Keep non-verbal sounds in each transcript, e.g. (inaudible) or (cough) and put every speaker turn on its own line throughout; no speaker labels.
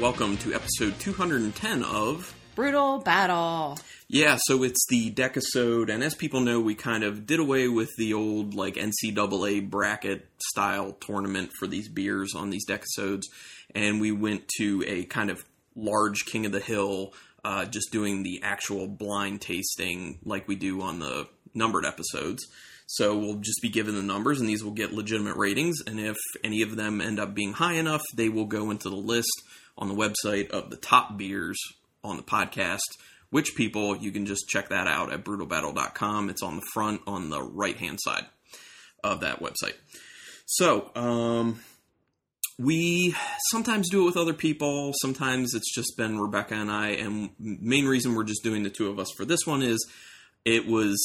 welcome to episode 210 of.
Brutal battle.
Yeah, so it's the Decasode, and as people know, we kind of did away with the old, like, NCAA bracket style tournament for these beers on these Decasodes, and we went to a kind of large King of the Hill, uh, just doing the actual blind tasting like we do on the numbered episodes. So we'll just be given the numbers, and these will get legitimate ratings. And if any of them end up being high enough, they will go into the list on the website of the top beers on the podcast. Which people you can just check that out at brutalbattle.com. It's on the front on the right hand side of that website. So, um, we sometimes do it with other people. Sometimes it's just been Rebecca and I. And main reason we're just doing the two of us for this one is it was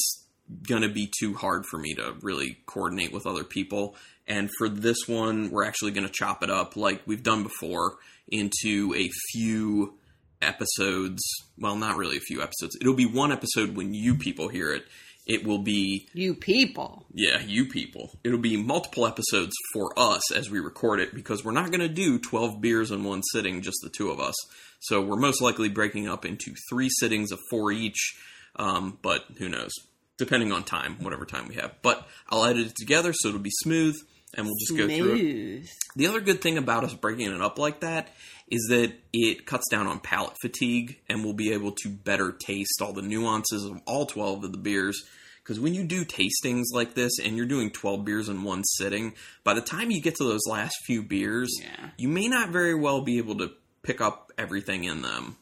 going to be too hard for me to really coordinate with other people. And for this one, we're actually going to chop it up like we've done before into a few episodes. Well, not really a few episodes. It'll be one episode when you people hear it. It will be
You people.
yeah, you people. It'll be multiple episodes for us as we record it because we're not going to do 12 beers in one sitting, just the two of us. So we're most likely breaking up into three sittings of four each, um, but who knows? Depending on time, whatever time we have. But I'll edit it together so it'll be smooth and we'll just go through it.
Smooth.
The other good thing about us breaking it up like that is that it cuts down on palate fatigue and we'll be able to better taste all the nuances of all 12 of the beers. Because when you do tastings like this and you're doing 12 beers in one sitting, by the time you get to those last few beers,
Yeah.
you may not very well be able to pick up everything in them.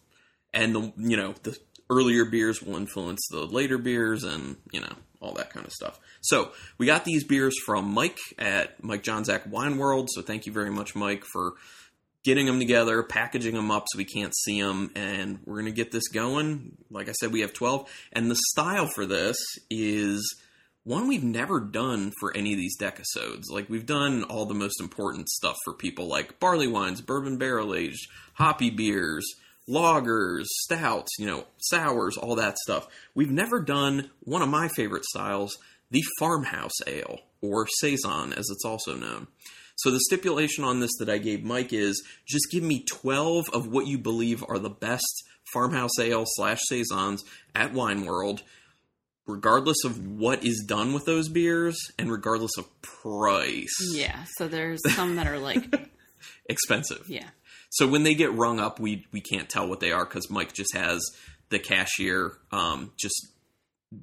And the you know the earlier beers will influence the later beers, and you know all that kind of stuff. So we got these beers from Mike at Mike John Zach Wine World. So thank you very much, Mike, for getting them together, packaging them up so we can't see them, and we're gonna get this going. Like I said, we have twelve, and the style for this is one we've never done for any of these decasodes. Like we've done all the most important stuff for people, like barley wines, bourbon barrel aged, hoppy beers, lagers, stouts, you know, sours, all that stuff. We've never done one of my favorite styles, the farmhouse ale, or saison as it's also known. So the stipulation on this that I gave Mike is just give me 12 of what you believe are the best farmhouse ale slash saisons at Wine World regardless of what is done with those beers and regardless of price,
Yeah. So there's some that
(laughs)
are like,
expensive.
yeah.
So when they get rung up, we we can't tell what they are because Mike just has the cashier um, just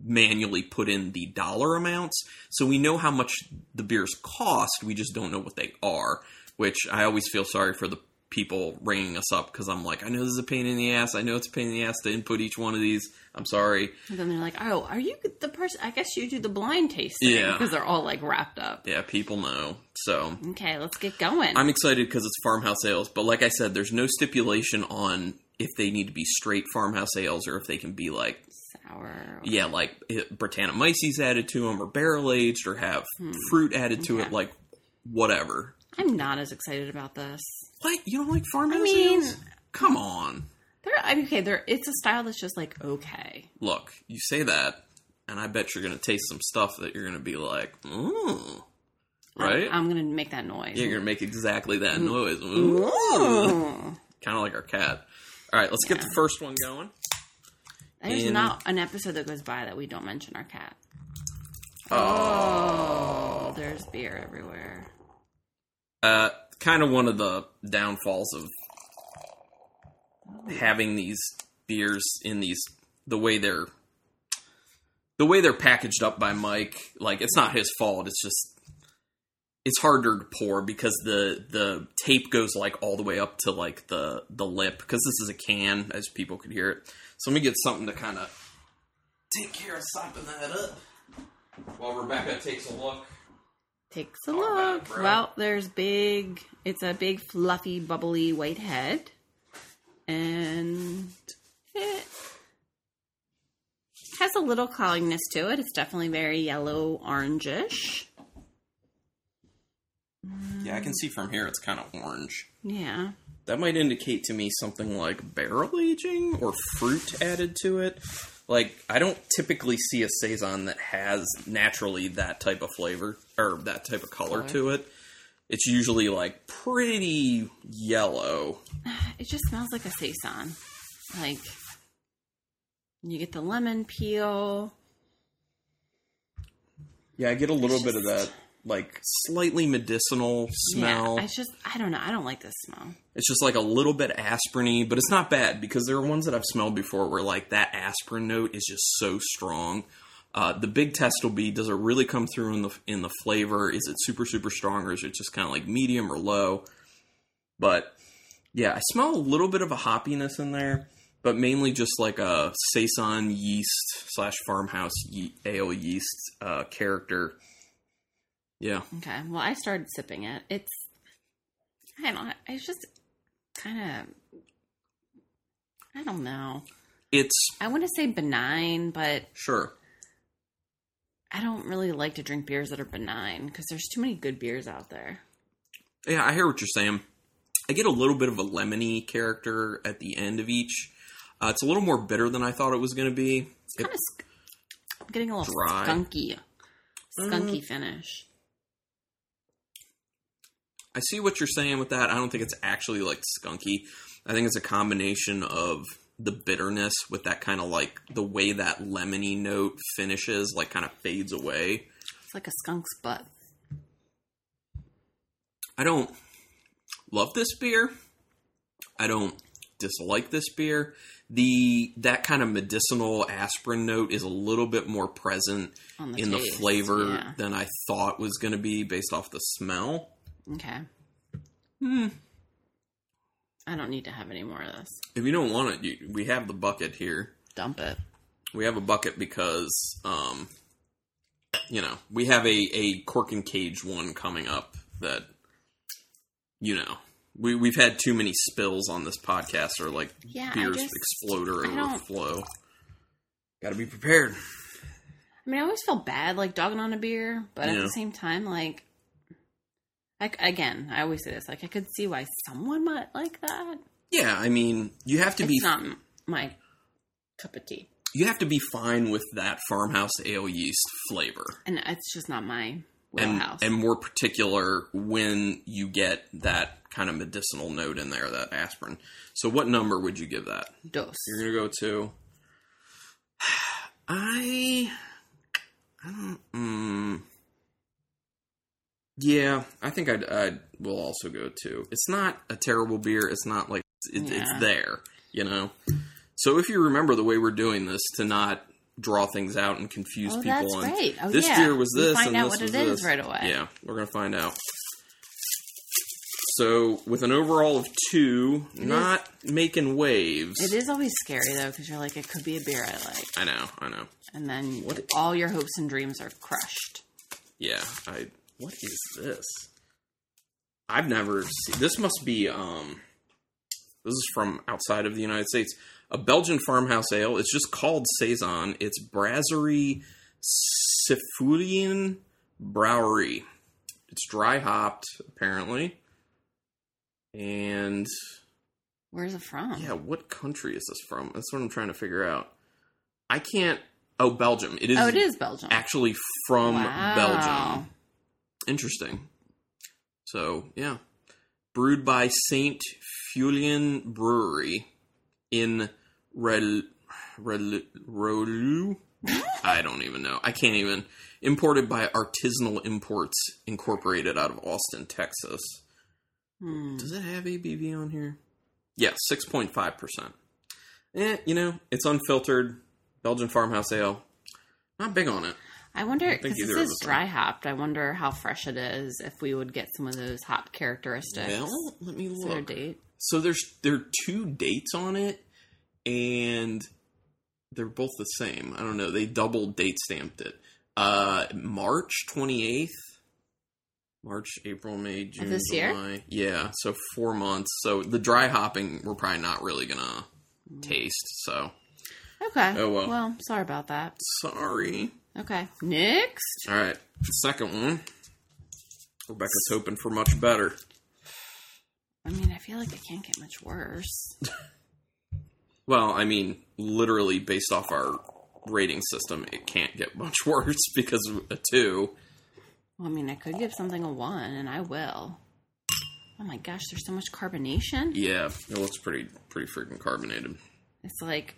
manually put in the dollar amounts, so we know how much the beers cost. We just don't know what they are, which I always feel sorry for the people ringing us up because I'm like, I know this is a pain in the ass. I know it's a pain in the ass to input each one of these. I'm sorry.
And then they're like, oh, are you the person? I guess you do the blind tasting.
Yeah.
Because they're all like wrapped up.
Yeah, people know. So
Okay, let's get going.
I'm excited because it's farmhouse ales, but like I said, there's no stipulation on if they need to be straight farmhouse ales or if they can be like,
Sour.
yeah, like it- Brettanomyces added to them or barrel aged or have fruit added to
Hmm. Okay.
it, like whatever.
I'm not as excited about this.
What you don't like farmhouse
I mean-
ales? Come on,
They're, I mean, okay, they're, it's a style that's just like, okay.
look, you say that, and I bet you're gonna taste some stuff that you're gonna be like, ooh, right?
I'm, Mm. going to make that noise.
you're gonna make exactly that noise,
Ooh.
kind of like our cat. All right, let's get the first one going.
There's
And-
not an episode that goes by that we don't mention our cat. Oh, there's beer everywhere.
uh, kind of one of the downfalls of having these beers in these the way they're the way they're packaged up by Mike. Like it's not his fault. It's just it's harder to pour because the the tape goes like all the way up to like the the lip because this is a can as people could hear it. So let me get something to kind of take care of sopping that up while Rebecca takes a look.
Takes a
right,
look.
bro.
well, there's big. It's a big, fluffy, bubbly white head, and it has a little cloudiness to it. It's definitely very yellow, orangish.
Yeah, I can see from here it's kind of orange.
Yeah,
that might indicate to me something like barrel aging or fruit added to it. Like I don't typically see a saison that has naturally that type of flavor or that type of color, to it. It's usually like pretty yellow.
It just smells like a saison. Like you get the lemon peel.
Yeah, I get a little bit of that like slightly medicinal smell.
Yeah, I just I don't know. I don't like this smell.
It's just like a little bit aspiriny, but it's not bad because there are ones that I've smelled before where like that aspirin note is just so strong. Uh, the big test will be: does it really come through in the in the flavor? Is it super super strong, or is it just kind of like medium or low? But yeah, I smell a little bit of a hoppiness in there, but mainly just like a saison yeast slash farmhouse ye- ale yeast uh, character. Yeah,
Okay. Well, I started sipping it. It's I don't know. It's just kind of I don't know.
it's
I want to say benign, but
sure.
I don't really like to drink beers that are benign because there's too many good beers out there.
Yeah, I hear what you're saying. I get a little bit of a lemony character at the end of each. Uh, it's a little more bitter than I thought it was going to be. It-
Kind of, sk- I'm getting a little
Dry. Mm-hmm.
skunky, skunky finish.
I see what you're saying with that. I don't think it's actually like skunky. I think it's a combination of the bitterness with that kind of like the way that lemony note finishes, like kind of fades away.
It's like a skunk's butt.
I don't love this beer. I don't dislike this beer. The that kind of medicinal aspirin note is a little bit more present
On the
in the
taste,
flavor
yeah.
than I thought was going to be based off the smell.
Okay. Hmm. I don't need to have any more of this.
If you don't want it, you, we have the bucket here.
Dump it.
We have a bucket because, um, you know, we have a, a cork and cage one coming up that, you know, we, we've had too many spills on this podcast or like
Yeah, I
beers
just-
explode or
I don't-
overflow. Got to be prepared.
I mean, I always feel bad like dogging on a beer, but at
Yeah.
the same time, like, I c again, I always say this. Like, I could see why someone might like that.
Yeah, I mean, you have to
It's
be
not m- my cup of tea,
you have to be fine with that farmhouse ale yeast flavor.
and it's just not my
and,
wheelhouse.
and more particular when you get that kind of medicinal note in there, that aspirin. So, what number would you give that?
Dose.
You're gonna go to. (sighs) I. I don't. Mm, yeah, I think I'd, I'd will also go to. It's not a terrible beer. It's not like it,
Yeah.
it's there, you know. So if you remember the way we're doing this to not draw things out and confuse
Oh,
people
that's
on
right. Oh,
this
yeah.
beer was
We
this
find
and
out
this
what
was
it is
this.
right away.
Yeah, we're gonna find out. So with an overall of two, not making waves.
It is always scary though, because you're like, it could be a beer I like,
I know, I know.
and then all your hopes and dreams are crushed.
Yeah, I. What is this? I've never seen. This must be. Um, this is from outside of the United States. A Belgian farmhouse ale. It's just called saison. It's Brasserie Sifulian Brewery. It's dry hopped apparently. And
Where's it from?
yeah, what country is this from? That's what I'm trying to figure out. I can't. Oh, Belgium. It is.
Oh, it is Belgium.
actually from
Wow.
Belgium. Interesting. So yeah, brewed by Saint Fulian Brewery in Rel Rel Rolu. I don't even know. I can't even. Imported by Artisanal Imports Incorporated out of Austin, Texas.
Hmm.
Does it have ABV on here? Yeah, six point five percent. Eh, you know, it's unfiltered Belgian farmhouse ale. Not big on it.
I wonder
think
because this
either of
is
us are.
dry hopped. I wonder how fresh it is. If we would get some of those hop characteristics.
Well, let me
Is there a
look.
date?
So there's there are two dates on it, and they're both the same. I don't know. They double date stamped it. Uh, March 28th, March, April, May, June,
this year?
July. Yeah, so four months. So the dry hopping we're probably not really gonna taste. So
Okay.
Oh, well.
Well, sorry about that.
sorry.
Okay. Next.
All right, second one. Rebecca's hoping for much better.
I mean, I feel like it can't get much
(laughs)
worse.
Well, I mean, literally based off our rating system, it can't get (laughs) much worse because of a two.
Well, I mean, I could give something a one, and I will. oh my gosh, there's so much carbonation.
Yeah, it looks pretty pretty freaking carbonated.
It's like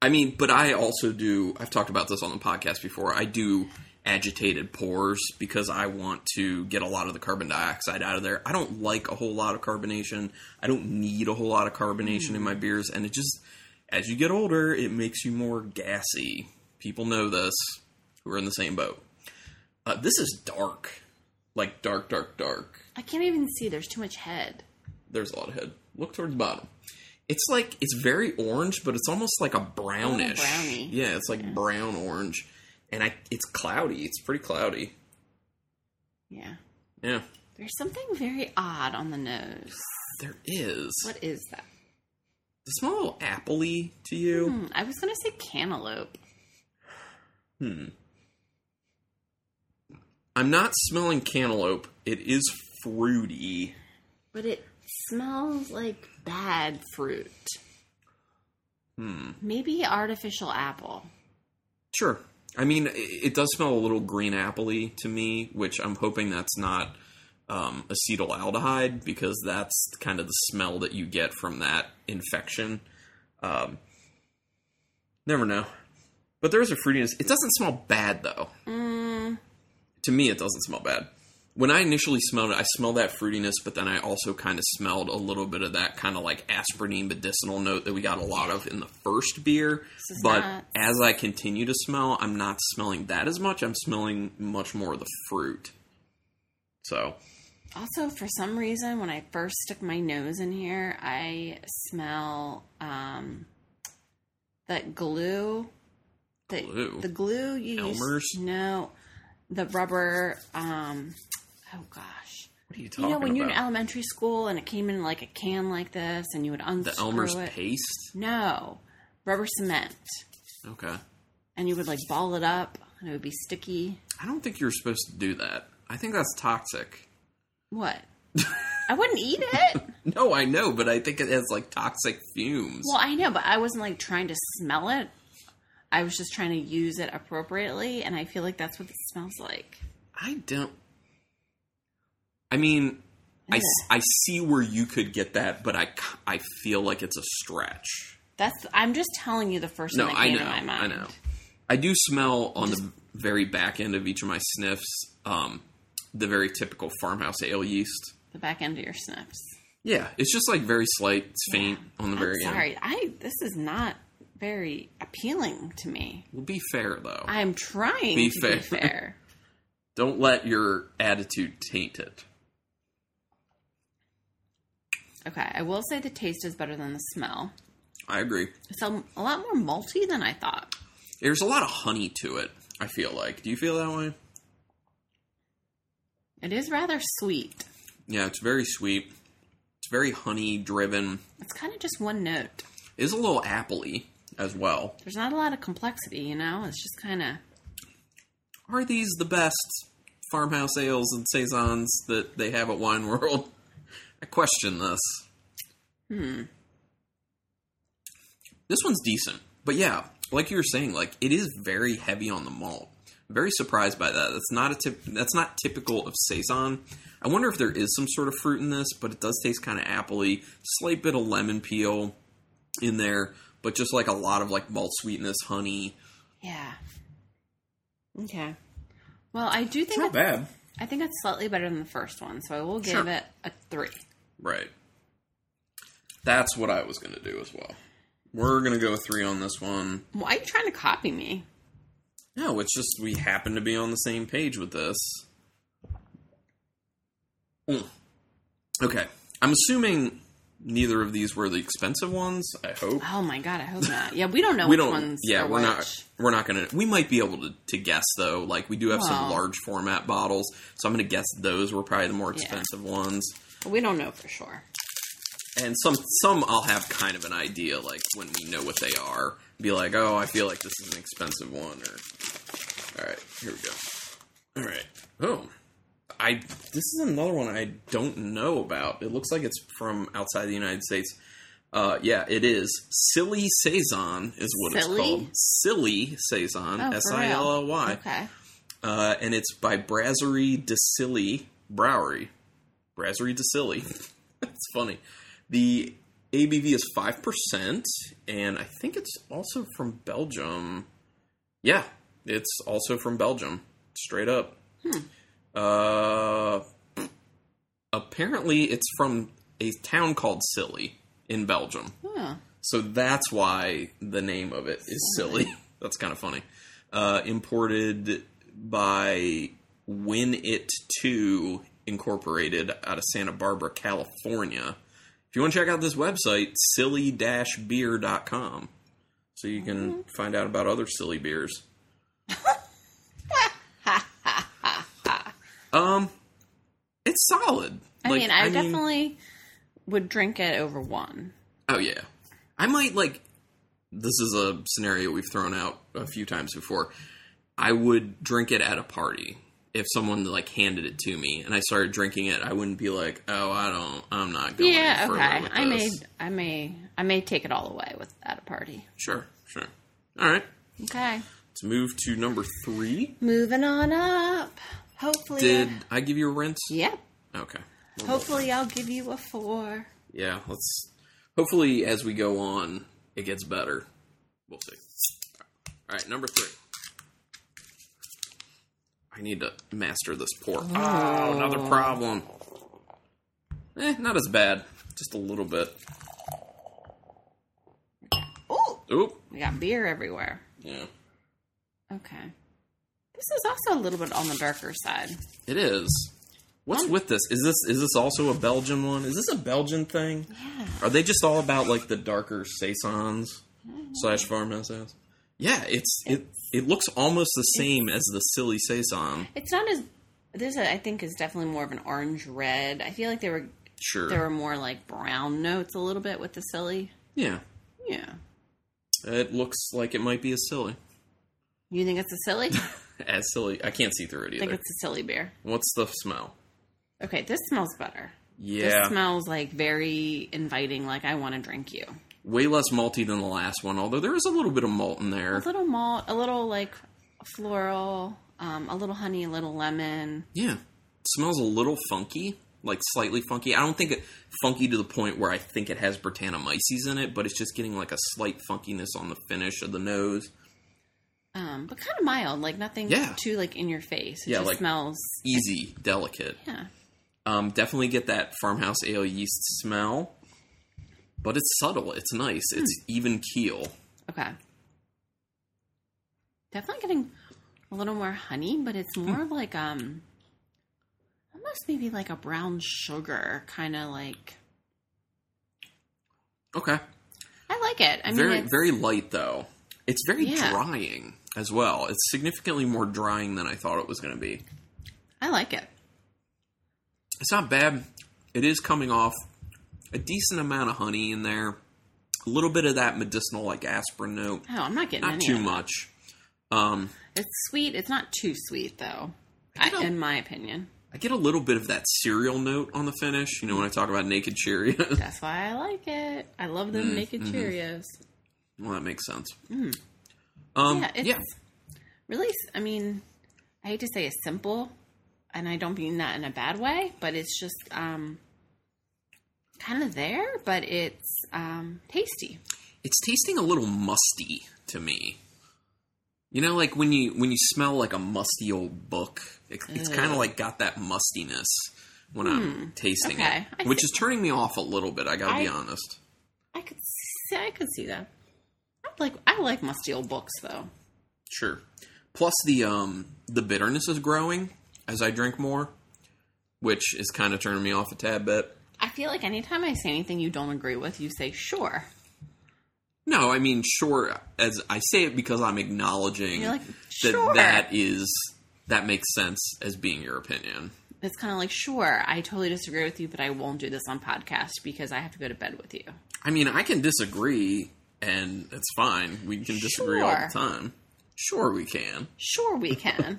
I mean, but I also do. I've talked about this on the podcast before. I do agitated pours because I want to get a lot of the carbon dioxide out of there. I don't like a whole lot of carbonation. I don't need a whole lot of carbonation in my beers, and it just as you get older, it makes you more gassy. People know this. We're in the same boat. Uh, this is dark, like dark, dark, dark.
I can't even see. There's too much head.
There's a lot of head. Look towards the bottom. It's like it's very orange, but it's almost like a brownish.
browny.
Yeah, it's like brown orange, and I it's cloudy. It's pretty cloudy.
Yeah.
Yeah,
There's something very odd on the nose.
there is.
What is that?
Does it smell a little appley to you?
Hmm, I was gonna say cantaloupe.
I'm not smelling cantaloupe. It is fruity.
But it smells like bad fruit. Hmm. Maybe artificial apple.
Sure. I mean, i- it does smell a little green appley to me, which I'm hoping that's not um, acetaldehyde because that's kind of the smell that you get from that infection. Um, never know, but there is a fruitiness. It doesn't smell bad though. To me, it doesn't smell bad. When I initially smelled it, I smelled that fruitiness, but then I also kind of smelled a little bit of that kind of like aspirin medicinal note that we got a lot of in the first beer.
is
But
not-
as I continue to smell, I'm not smelling that as much. I'm smelling much more of the fruit. So,
Also, for some reason, when I first stuck my nose in here, I smell um, that glue. That,
Glue?
The glue you
Elmer's?
use. No, the rubber. Um, oh gosh.
what are you
You
talking
know, when you're in
about?
elementary school and it came in like a can like this, and you would unscrew
the Elmer's
it.
paste?
No, rubber cement,
Okay.
and you would like ball it up, and it would be sticky.
I don't think you're supposed to do that. I think that's toxic. (laughs)
What? I wouldn't eat it.
No, I know, but I think it has like toxic fumes.
Well, I know, but I wasn't like trying to smell it. I was just trying to use it appropriately, and I feel like that's what it smells like.
I don't. I mean, I, s- I see where you could get that, but I, c- I feel like it's a stretch.
That's. I'm just telling you the first
No,
thing that
I
came
know.
to my
I
mind.
know. I do smell on the very back end of each of my sniffs um, the very typical farmhouse ale yeast.
The back end of your sniffs.
Yeah, it's just like very slight, it's faint on the
I'm
very end.
sorry. I. This is not very appealing to me.
Well, be fair though.
I'm trying
Be
to
fair.
be fair.
Don't let your attitude taint it.
Okay, I will say the taste is better than the smell.
I agree.
It's a, a lot more malty than I thought.
There's a lot of honey to it. I feel like. Do you feel that way?
It is rather sweet.
Yeah, it's very sweet. It's very honey driven.
It's kind of just one note.
It's a little appley as well.
There's not a lot of complexity, you know. It's just kind of
Are these the best farmhouse ales and saisons that they have at Wine World? (laughs) I question this. Hmm. This one's decent, but yeah, like you were saying, like it is very heavy on the malt. I'm very surprised by that. That's not a tip. That's not typical of saison. I wonder if there is some sort of fruit in this, but it does taste kind of appley, slight bit of lemon peel in there, but just like a lot of like malt sweetness, honey.
Yeah. Okay. Well, I do think it's-
bad,
I think it's slightly better than the first one, so I will give
Sure.
it a three.
Right. That's what I was going to do as well. We're going to go three on this one.
Why are you trying to copy me?
No, it's just we happen to be on the same page with this. Mm. Okay. I'm assuming neither of these were the expensive ones, I hope.
Oh my god, I hope not. Yeah, we don't know
We
which
don't
ones.
Yeah,
are
we're not
which.
we're not going to we might be able to, to guess though. Like we do have some
Well.
large format bottles, so I'm going to guess those were probably the more expensive ones.
We don't know for sure.
and some some I'll have kind of an idea like when we know what they are. Be like, oh, I feel like this is an expensive one. Or all right, here we go. All right, oh, I this is another one I don't know about. It looks like it's from outside the United States. Uh, yeah, it is. Silly saison is what it's
Silly?
called. Silly saison,
Oh, for real?
S I L L Y,
Okay.
Uh, and it's by Brasserie de Silly Browery. Brasserie de Silly. (laughs) That's funny. The ABV is 5%, and I think it's also from Belgium. Yeah, it's also from Belgium, straight up. Uh, apparently, it's from a town called Silly in Belgium.
Huh.
So that's why the name of it is silly. (laughs) that's kind of funny. Uh, imported by Win It Two Incorporated out of Santa Barbara, California. If you want to check out this website, silly-beer.com, so you can
Mm-hmm.
find out about other silly
(laughs)
beers. um, it's solid.
I
Like,
mean, I, definitely would drink it over one.
Oh yeah, I might like. This is a scenario we've thrown out a few times before. I would drink it at a party if someone like handed it to me and I started drinking it. I wouldn't be like, "Oh, I don't, I'm not going."
yeah.
further
Okay.
with
I may.
this."
I may. I may take it all away with at a party.
Sure, sure. All right,
Okay.
let's move to number three.
Moving on up. Hopefully.
Did I give you a rinse?
Yep.
Okay.
Hopefully, I'll give you a four.
Yeah. Let's. Hopefully, as we go on, it gets better. We'll see. All right, number three. I need to master this pour. Oh, another problem. Eh, not as bad. Just a little bit.
Ooh,
Oop.
we got beer everywhere.
Yeah.
Okay. This is also a little bit on the darker side.
It is. What's with this? Is this is this also a Belgian one? Is this a Belgian thing?
Yeah.
Are they just all about like the darker saisons slash farmhouses? Yeah, it's it. It looks almost the same as the silly saison.
It's not as this. I think is definitely more of an orange red. I feel like they were
Sure.
there were more like brown notes a little bit with the silly.
yeah,
Yeah.
it looks like it might be as silly
You think it's a
(laughs)
silly? I
as silly. I can't see through it
think
either.
it's a silly beer.
What's the smell?
Okay, this smells better.
Yeah,
This smells like very inviting, like I want to drink you.
way less malty than the last one. Although there is a little bit of malt in
A
there.
little malt, a little like floral, um, a little honey, a little lemon.
Yeah, it smells a little funky, like slightly funky. I don't think it funky to the point where I think it has Britannomyces in it, but it's just getting like a slight funkiness on the finish of the nose.
Um, but kind of mild, like nothing
Yeah.
too like in your face. It
Yeah,
just
like-
smells
Easy, delicate.
yeah.
Um, definitely get that farmhouse ale yeast smell, but it's subtle. It's nice. It's
Hmm.
even keel.
Okay. Definitely getting a little more honey, but it's more
Hmm.
of like um almost maybe like a brown sugar kind of like
Okay.
I like it. I mean
very
it's-
very light though. It's very
Yeah.
drying as well. It's significantly more drying than I thought it was going to be.
I like it.
It's not bad. It is coming off a decent amount of honey in there, a little bit of that medicinal like aspirin note,
Oh, I'm not getting
not
any
too
of it.
much. Um,
It's sweet. It's not too sweet though. I,
don't-
in my opinion.
I get a little bit of that cereal note on the finish. You know when I talk about naked Cheerios. (laughs)
That's why I like it. I love
Mm,
them naked
mm-hmm.
Cheerios.
well, that makes sense. Um,
Hmm. Yeah,
yeah,
it's really s- I mean, I hate to say it's simple, and I don't mean that in a bad way, but it's just um kind of there, but it's um tasty.
it's tasting a little musty to me. You know, like when you when you smell like a musty old book, it, it's kind of like got that mustiness when I'm tasting
Hmm. Okay, I
it, which is turning me off a little bit. I gotta be
I-
honest.
I could see I could see that. I like I like musty old books though.
Sure. Plus the um the bitterness is growing as I drink more, which is kind of turning me off a tad bit.
I feel like anytime I say anything you don't agree with, you say sure.
No, I mean sure as I say it because I'm acknowledging
You're like,
that
"Sure."
that is that makes sense as being your opinion.
It's kind of like sure, I totally disagree with you, but I won't do this on podcast because I have to go to bed with you.
I mean, I can disagree and it's fine. We can disagree all
Sure.
the time. Sure we can.
Sure, we can.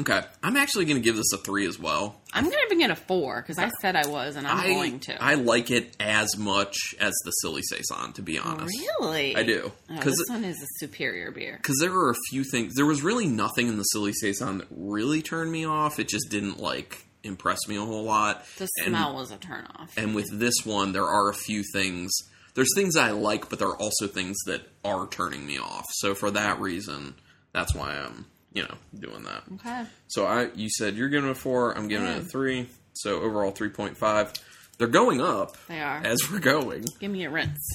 Okay. I'm actually going to give this a 3 as well.
I'm gonna even get a four because I said I was, and I'm
I
going to.
I like it as much as the silly saison to be honest.
really,
I do.
Oh,
'Cause
this one is a superior beer.
because there were a few things. There was really nothing in the silly saison that really turned me off. It just didn't like impress me a whole lot.
The
And-
smell was a turnoff.
And with this one, there are a few things. There's things I like, but there are also things that are turning me off. So for that reason, that's why I'm, you know, doing that.
okay.
So I, you said you're giving it a four. I'm giving it a three. So overall, three point five. They're going up
They are.
as we're going.
Give me a rinse.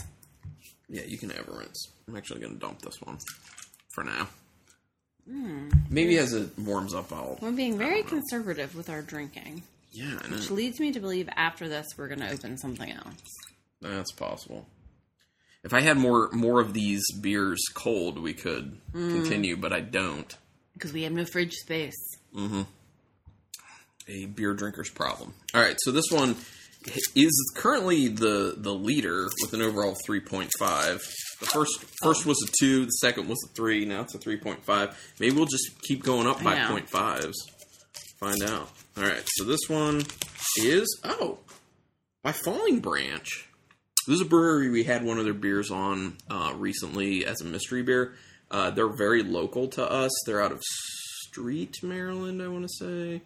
Yeah, you can have a rinse. I'm actually going to dump this one for now. Maybe as it warms up, I'll.
We're being very conservative with our drinking,
Yeah, I know.
which leads me to believe after this we're going to open something else.
That's possible. If I had more more of these beers cold, we could continue, but I don't.
Because we have no fridge space.
A beer drinker's problem. All right, so this one is currently the the leader with an overall 3.5. The first first was a 2, the second was a 3, now it's a 3.5. Maybe we'll just keep going up by
know.
point fives. Find out. All right, so this one is oh, by Falling Branch. This is a brewery we had one of their beers on uh, recently as a mystery beer. Uh, they're very local to us. They're out of Street, Maryland, I want to say.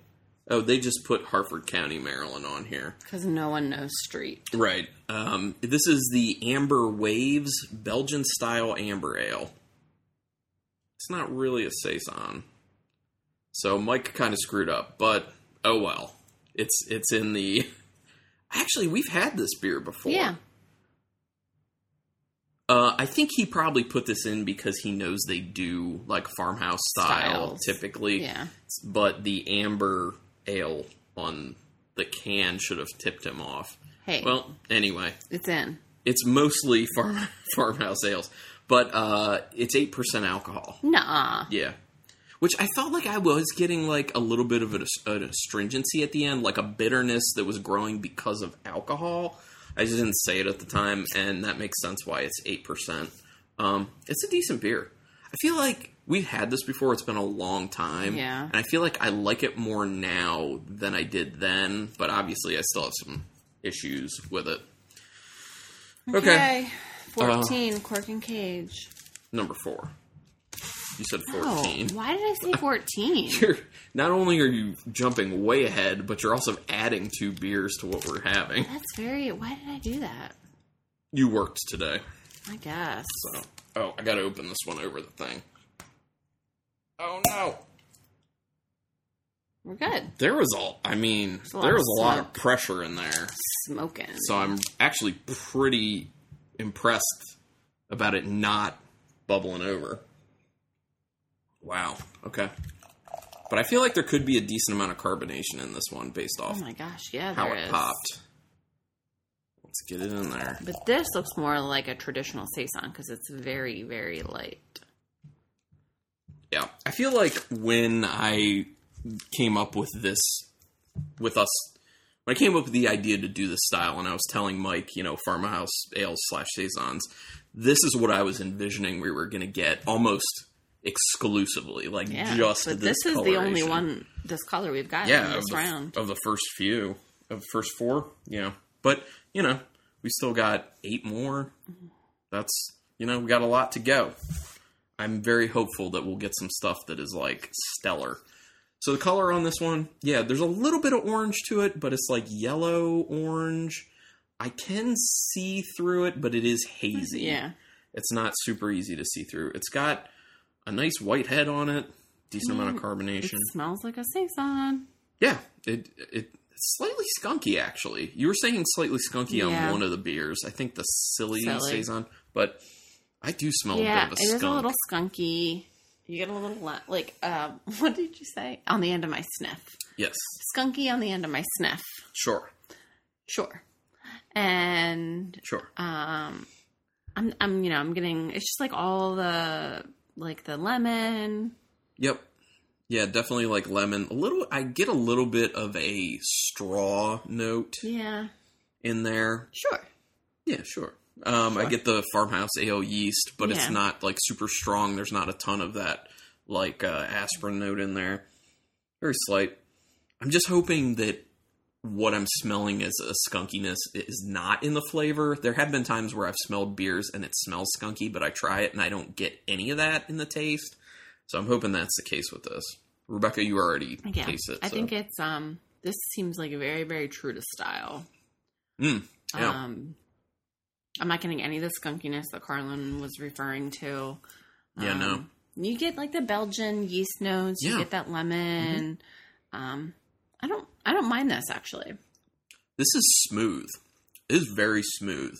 Oh, they just put Harford County, Maryland on here.
Because no one knows street.
Right. Um, this is the Amber Waves Belgian style amber ale. It's not really a saison, so Mike kind of screwed up. But oh well, it's it's in the. (laughs) Actually, we've had this beer before.
Yeah.
Uh, I think he probably put this in because he knows they do like farmhouse style
Styles.
typically.
Yeah.
But the amber ale on the can should have tipped him off.
Hey,
Well, anyway,
it's in.
it's mostly farm (laughs) farmhouse ales, but uh, it's eight percent alcohol.
Nah.
Yeah, which I felt like I was getting like a little bit of an, as- an astringency at the end, like a bitterness that was growing because of alcohol. I just didn't say it at the time, and that makes sense why it's eight percent. Um, it's a decent beer. I feel like we've had this before. It's been a long time,
Yeah.
and I feel like I like it more now than I did then. But obviously, I still have some issues with it. okay. Uh,
Yay. 14, cork and cage.
Number four. You said
Oh,
14.
why did I
(laughs)
say 14?
You're, not only are you jumping way ahead, but you're also adding two beers to what we're having.
That's very. Why did I do that?
You worked today.
I guess.
So. Oh, I gotta open this one over the thing. Oh no!
We're good.
There was all, I mean,
a lot
there
of
was a lot of
smoke.
pressure in there.
Smoking.
So I'm actually pretty impressed about it not bubbling over. Wow. Okay. But I feel like there could be a decent amount of carbonation in this one based
oh
off
my gosh, yeah,
how
there
it
is.
popped. Let's get it in there.
But this looks more like a traditional saison because it's very, very light.
Yeah. I feel like when I came up with this, with us, when I came up with the idea to do this style, and I was telling Mike, you know, farmhouse ales slash saisons, this is what I was envisioning we were going to get almost exclusively, like
Yeah,
just
but
this.
this, is the only
coloration.
one this color we've got in
yeah,
this
of the,
round.
of the first few, of the first four, yeah. But you know, we still got eight more. That's you know, we got a lot to go. I'm very hopeful that we'll get some stuff that is like stellar. So the color on this one, yeah, there's a little bit of orange to it, but it's like yellow orange. I can see through it, but it is hazy.
Yeah,
It's not super easy to see through. It's got a nice white head on it, decent
Mm,
amount of
it
carbonation.
smells like a saison.
Yeah, it it it's slightly skunky actually. You were saying slightly skunky
Yeah.
on one of the beers. I think the silly,
Silly.
saison, but I do smell a bit
Yeah, it
of a skunk.
is a little skunky. You get a little le- like uh, (laughs) what did you say on the end of my sniff?
yes,
Skunky on the end of my sniff.
sure,
Sure, and
sure.
um i'm i'm you know i'm getting it's just like all the like the lemon
Yep. Yeah, definitely like lemon. A little. I get a little bit of a straw note
yeah
in there.
sure
Yeah, sure. Um, I get the farmhouse ale yeast, but it's
Yeah.
not like super strong. There's not a ton of that like uh, aspirin note in there. Very slight. I'm just hoping that what I'm smelling is a skunkiness is not in the flavor. There have been times where I've smelled beers and it smells skunky, but I try it and I don't get any of that in the taste. So I'm hoping that's the case with this. Rebecca, you already
yeah
taste it.
i
so.
think it's um this seems like very, very true to style.
Mm, yeah.
Um, I'm not getting any of the skunkiness that Carlin was referring to.
Yeah, no.
Um, You get like the Belgian yeast notes. You
Yeah. Mm-hmm.
get that lemon. Um, I don't. I don't mind this actually.
this is smooth. It is very smooth.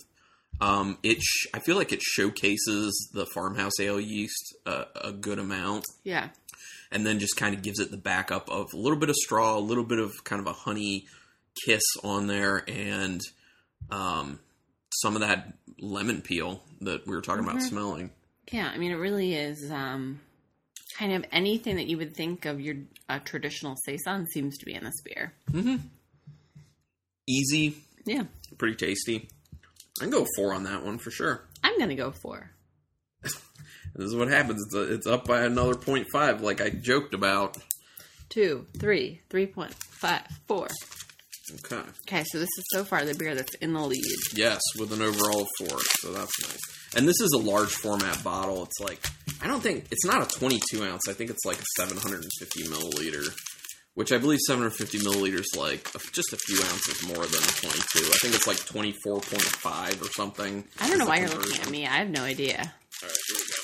Um, it sh- I feel like it showcases the farmhouse ale yeast a, a good amount,
Yeah.
and then just kind of gives it the backup of a little bit of straw, a little bit of kind of a honey kiss on there, and um, some of that lemon peel that we were talking about
Mhm.
smelling.
Yeah. I mean, it really is um, kind of anything that you would think of your a traditional saison seems to be in this beer.
Easy,
Yeah.
pretty tasty. I can go four on that one for sure.
I'm gonna go four.
This is what happens. It's, it's up by another 0.5 like I joked about.
Two, three, three point five, four.
Okay.
Okay, so this is so far the beer that's in the lead.
Yes, with an overall four, so that's nice. And this is a large format bottle. It's like I don't think it's not a 22 ounce. I think it's like a 750 milliliter, which I believe 750 milliliters like a- just a few ounces more than a 22. I think it's like 24.5 or something.
I don't know
is the
why you're
conversion.
looking at me. I have no idea.
All right, here we go.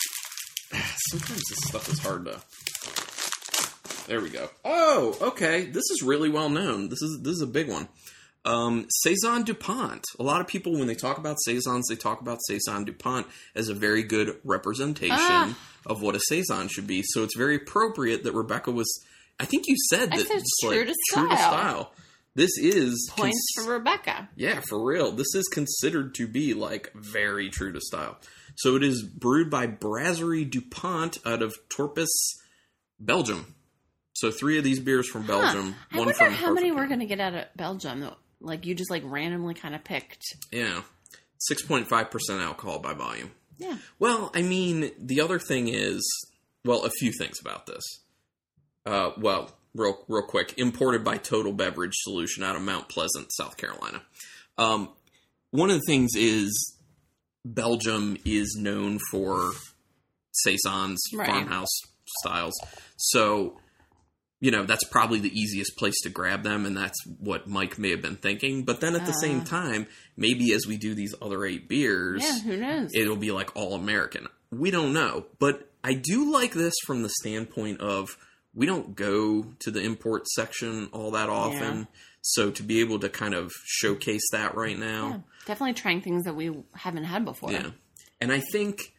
Ah, Sometimes this stuff is hard to. There we go. Oh, okay. This is really well known. This is this is a big one. Um, Saison Dupont. A lot of people, when they talk about saisons, they talk about saison Dupont as a very good representation
Ah.
of what a saison should be. So it's very appropriate that Rebecca was. I think you said
I
that
said
just,
true
like,
to
true to
style.
style. This is
Points
cons-
for Rebecca.
yeah, for real. This is considered to be like very true to style. So it is brewed by Brasserie DuPont out of Torpus, Belgium. So three of these beers from
Huh.
Belgium,
I
one
wonder
from
how many
Harford
we're
County.
going to get out of Belgium. Though, like you just like randomly kind of picked.
Yeah. 6.5% alcohol by volume.
Yeah.
Well, I mean, the other thing is, well, a few things about this. Uh, well, real real quick, imported by Total Beverage Solution out of Mount Pleasant, South Carolina. Um, one of the things is Belgium is known for saisons,
Right.
farmhouse styles. So, you know, that's probably the easiest place to grab them, and that's what Mike may have been thinking. But then at the same
Ah.
time, maybe as we do these other eight beers,
Yeah. Who knows?
it'll be like all American. We don't know, but I do like this from the standpoint of we don't go to the import section all that often. So to be able to kind of showcase that right
yeah.
now,
Definitely trying things that we haven't had before.
yeah. And I think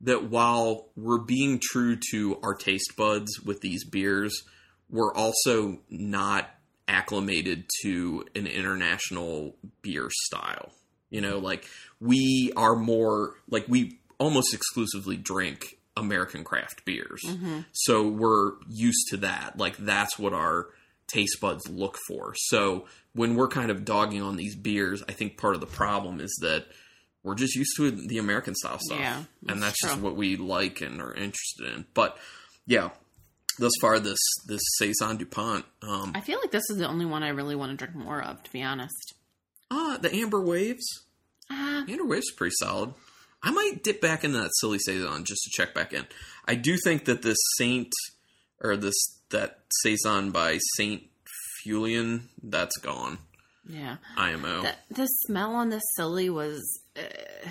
that while we're being true to our taste buds with these beers, we're also not acclimated to an international beer style. You know, like we are more like we almost exclusively drink American craft beers.
Mhm.
So we're used to that. Like that's what our taste buds look for. So when we're kind of dogging on these beers, I think part of the problem is that we're just used to the American style stuff.
Yeah,
and that's
that's
just
true.
what we like and are interested in. But yeah, thus far this this Saison DuPont. Um
I feel like this is the only one I really want to drink more of, to be honest.
ah, the Amber Waves.
Ah,
The Amber Waves is pretty solid. I might dip back into that silly Saison just to check back in. I do think that this Saint or this that Saison by Saint Fulian, that's gone.
yeah.
IMO.
The, the smell on this silly was uh,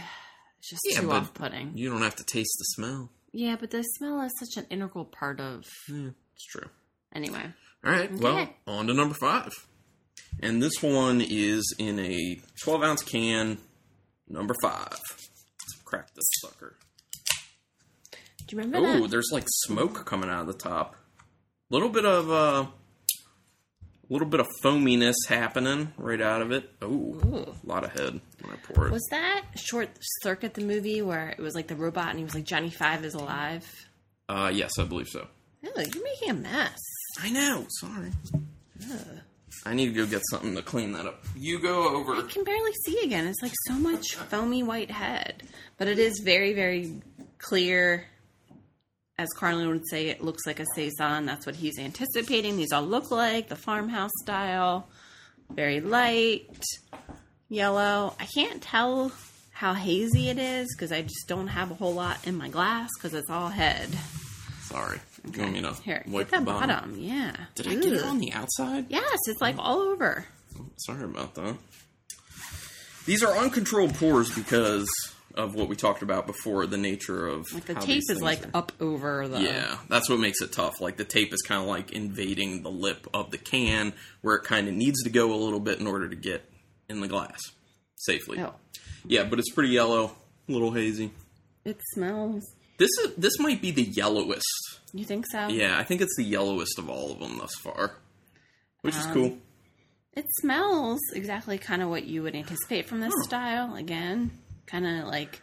just
Yeah,
too
but-
off-putting.
you don't have to taste the smell.
Yeah, but the smell is such an integral part of.
Yeah, it's true.
Anyway,
All right. Well,
Okay.
on to number five. And this one is in a 12 ounce can, number five. Crack this sucker.
do you remember
Oh,
that?
there's like smoke coming out of the top. little bit of uh, little bit of foaminess happening right out of it. Oh,
Ooh.
a lot of head when I pour it.
Was that Short Circuit the movie where it was like the robot and he was like Johnny Five is alive?
Uh, yes, I believe so.
Oh, you're making a mess.
I know. Sorry. I need to go get something to clean that up. You go
I
over.
can barely see again. It's like so much foamy white head, but it is very very clear. As Carlin would say, it looks like a saison. That's what he's anticipating. These all look like the farmhouse style, very light yellow. I can't tell how hazy it is because I just don't have a whole lot in my glass because it's all head.
Sorry. You want me to
Here,
wipe
get that
the
bottom.
bottom?
Yeah.
Did I get it
Ooh.
on the outside?
Yes, it's like all over.
Sorry about that. These are uncontrolled pores because of what we talked about before, the nature of
Like the
how
tape
these
is
things
like
are.
up over the.
Yeah, that's what makes it tough. Like the tape is kind of like invading the lip of the can where it kind of needs to go a little bit in order to get in the glass safely.
Oh,
Yeah, but it's pretty yellow, a little hazy.
it smells.
This is this might be the yellowest.
You think so?
Yeah, I think it's the yellowest of all of them thus far, which
Um,
is cool.
It smells exactly kind of what you would anticipate from this style. Again, kind of like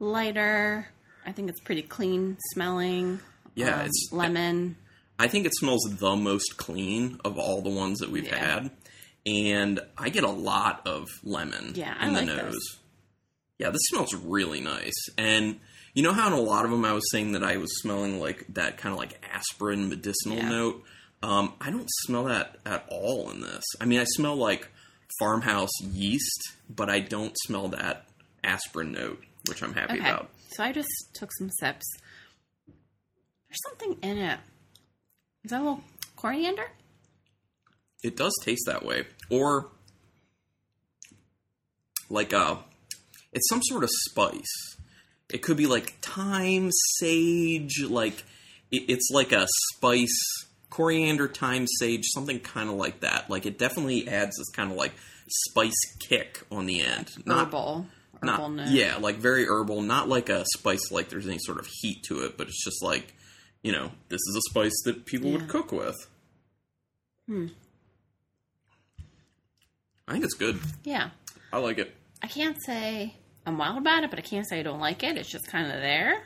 lighter. I think it's pretty clean smelling.
Yeah,
Um,
it's
lemon.
I think it smells the most clean of all the ones that we've
Yeah.
had, and I get a lot of lemon
Yeah, I
in the
like
nose.
those.
Yeah, this smells really nice, and you know how in a lot of them I was saying that I was smelling like that kind of like aspirin medicinal
Yeah.
note. Um, I don't smell that at all in this. I mean, I smell like farmhouse yeast, but I don't smell that aspirin note, which I'm happy
Okay,
about.
so I just took some sips. There's something in it. Is that a little coriander?
It does taste that way, or like a, it's some sort of spice. It could be like thyme, sage, like it, it's like a spice, coriander, thyme, sage, something kind of like that. Like it definitely adds this kind of like spice kick on the end. Not,
herbal.
not-
Herbal note.
yeah, like very herbal. Not like a spice like there's any sort of heat to it, but it's just like you know this is a spice that people
Yeah.
would cook with.
Hmm.
I think it's good.
Yeah.
I like it.
I can't say I'm wild about it, but I can't say I don't like it. It's just kind of there.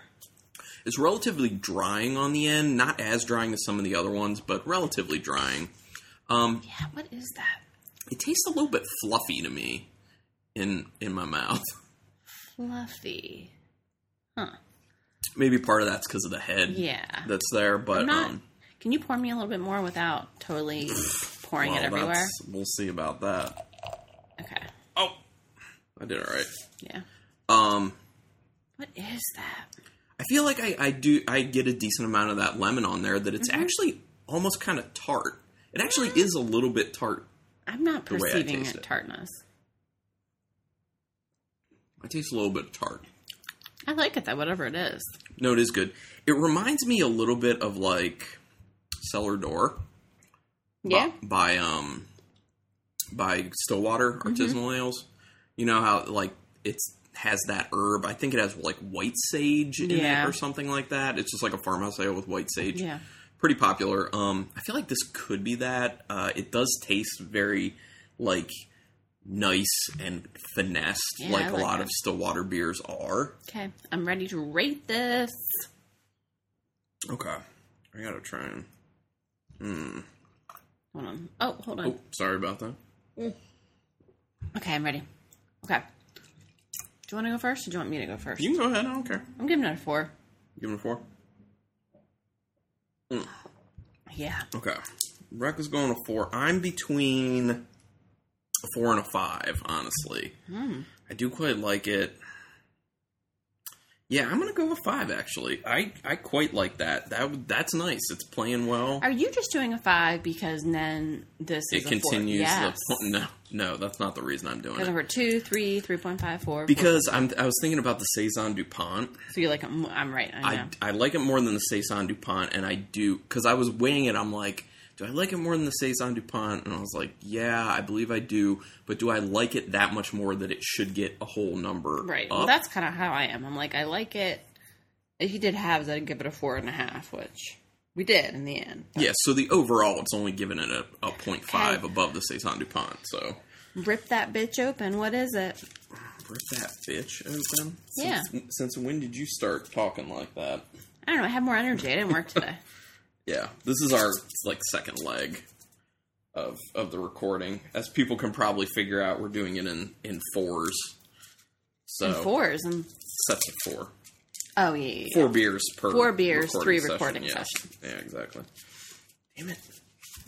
It's relatively drying on the end, not as drying as some of the other ones, but relatively drying. Um,
Yeah, what is that?
it tastes a little bit fluffy to me in in my mouth. (laughs)
Fluffy. Huh.
Maybe part of that's because of the head
Yeah.
that's there, but
I'm not.
um,
Can you pour me a little bit more without totally pouring it
well,
everywhere?
that's- we'll see about that.
Okay.
Oh, I did all right.
Yeah.
Um,
What is that?
I feel like I, I do I get a decent amount of that lemon on there that it's actually almost kind of tart. It actually is a little bit tart.
I'm not
way I
perceiving
taste
it
it.
tartness.
I taste a little bit of tart.
I like it though, whatever it is.
No, it is good. It reminds me a little bit of like Cellar Door
Yeah.
by um by Stillwater
Mm-hmm.
Artisanal Ales. You know how like it's has that herb. I think it has like white sage in
Yeah.
it or something like that. It's just like a farmhouse ale with white sage.
Yeah.
pretty popular. Um, I feel like this could be that. Uh, it does taste very like nice and finessed,
Yeah,
like
I
a
like
lot
it.
of Stillwater beers are.
Okay. I'm ready to rate this.
Okay, I gotta try and.
Hold on. Oh, hold on.
Oh, sorry about that.
Okay, I'm ready. Okay. Do you want to go first or do you want me to go first?
You can go ahead. I don't care.
I'm giving it a four.
Give it a four. Mm.
Yeah.
Okay, Rec is going a four. I'm between a four and a five, honestly.
Mm.
I do quite like it. Yeah, I'm gonna go with five. Actually, I I quite like that. That that's nice. It's playing well.
Are you just doing a five because then this is
it
a four?
continues.
Yes.
The, no, no, that's not the reason I'm doing
Because
it.
over two, three, three point five, four.
Because I'm I was thinking about the saison Dupont.
four. so you're like, I'm, I'm right. I know.
I I like it more than the saison Dupont, and I do because I was weighing it. I'm like, do I like it more than the saison Dupont? And I was like, yeah, I believe I do. But do I like it that much more that it should get a whole number?
right.
up?
Well, that's kind of how I am. I'm like, I like it. If you did halves, I'd give it a four and a half, which we did in the end.
Yeah, so the overall, it's only giving it a, a 0.5
Okay.
above the Saison DuPont. So
Rip that bitch open. What is it?
rip that bitch open.
Yeah.
Since, since when did you start talking like that?
I don't know. I have more energy. I didn't work today.
Yeah, this is our like second leg of of the recording. As people can probably figure out, we're doing it in in fours. (laughs) So
And fours and
sets of four,
oh yeah, yeah, yeah.
four beers per
Four beers, three
session,
recording
yeah.
sessions.
Yeah, exactly. Damn it!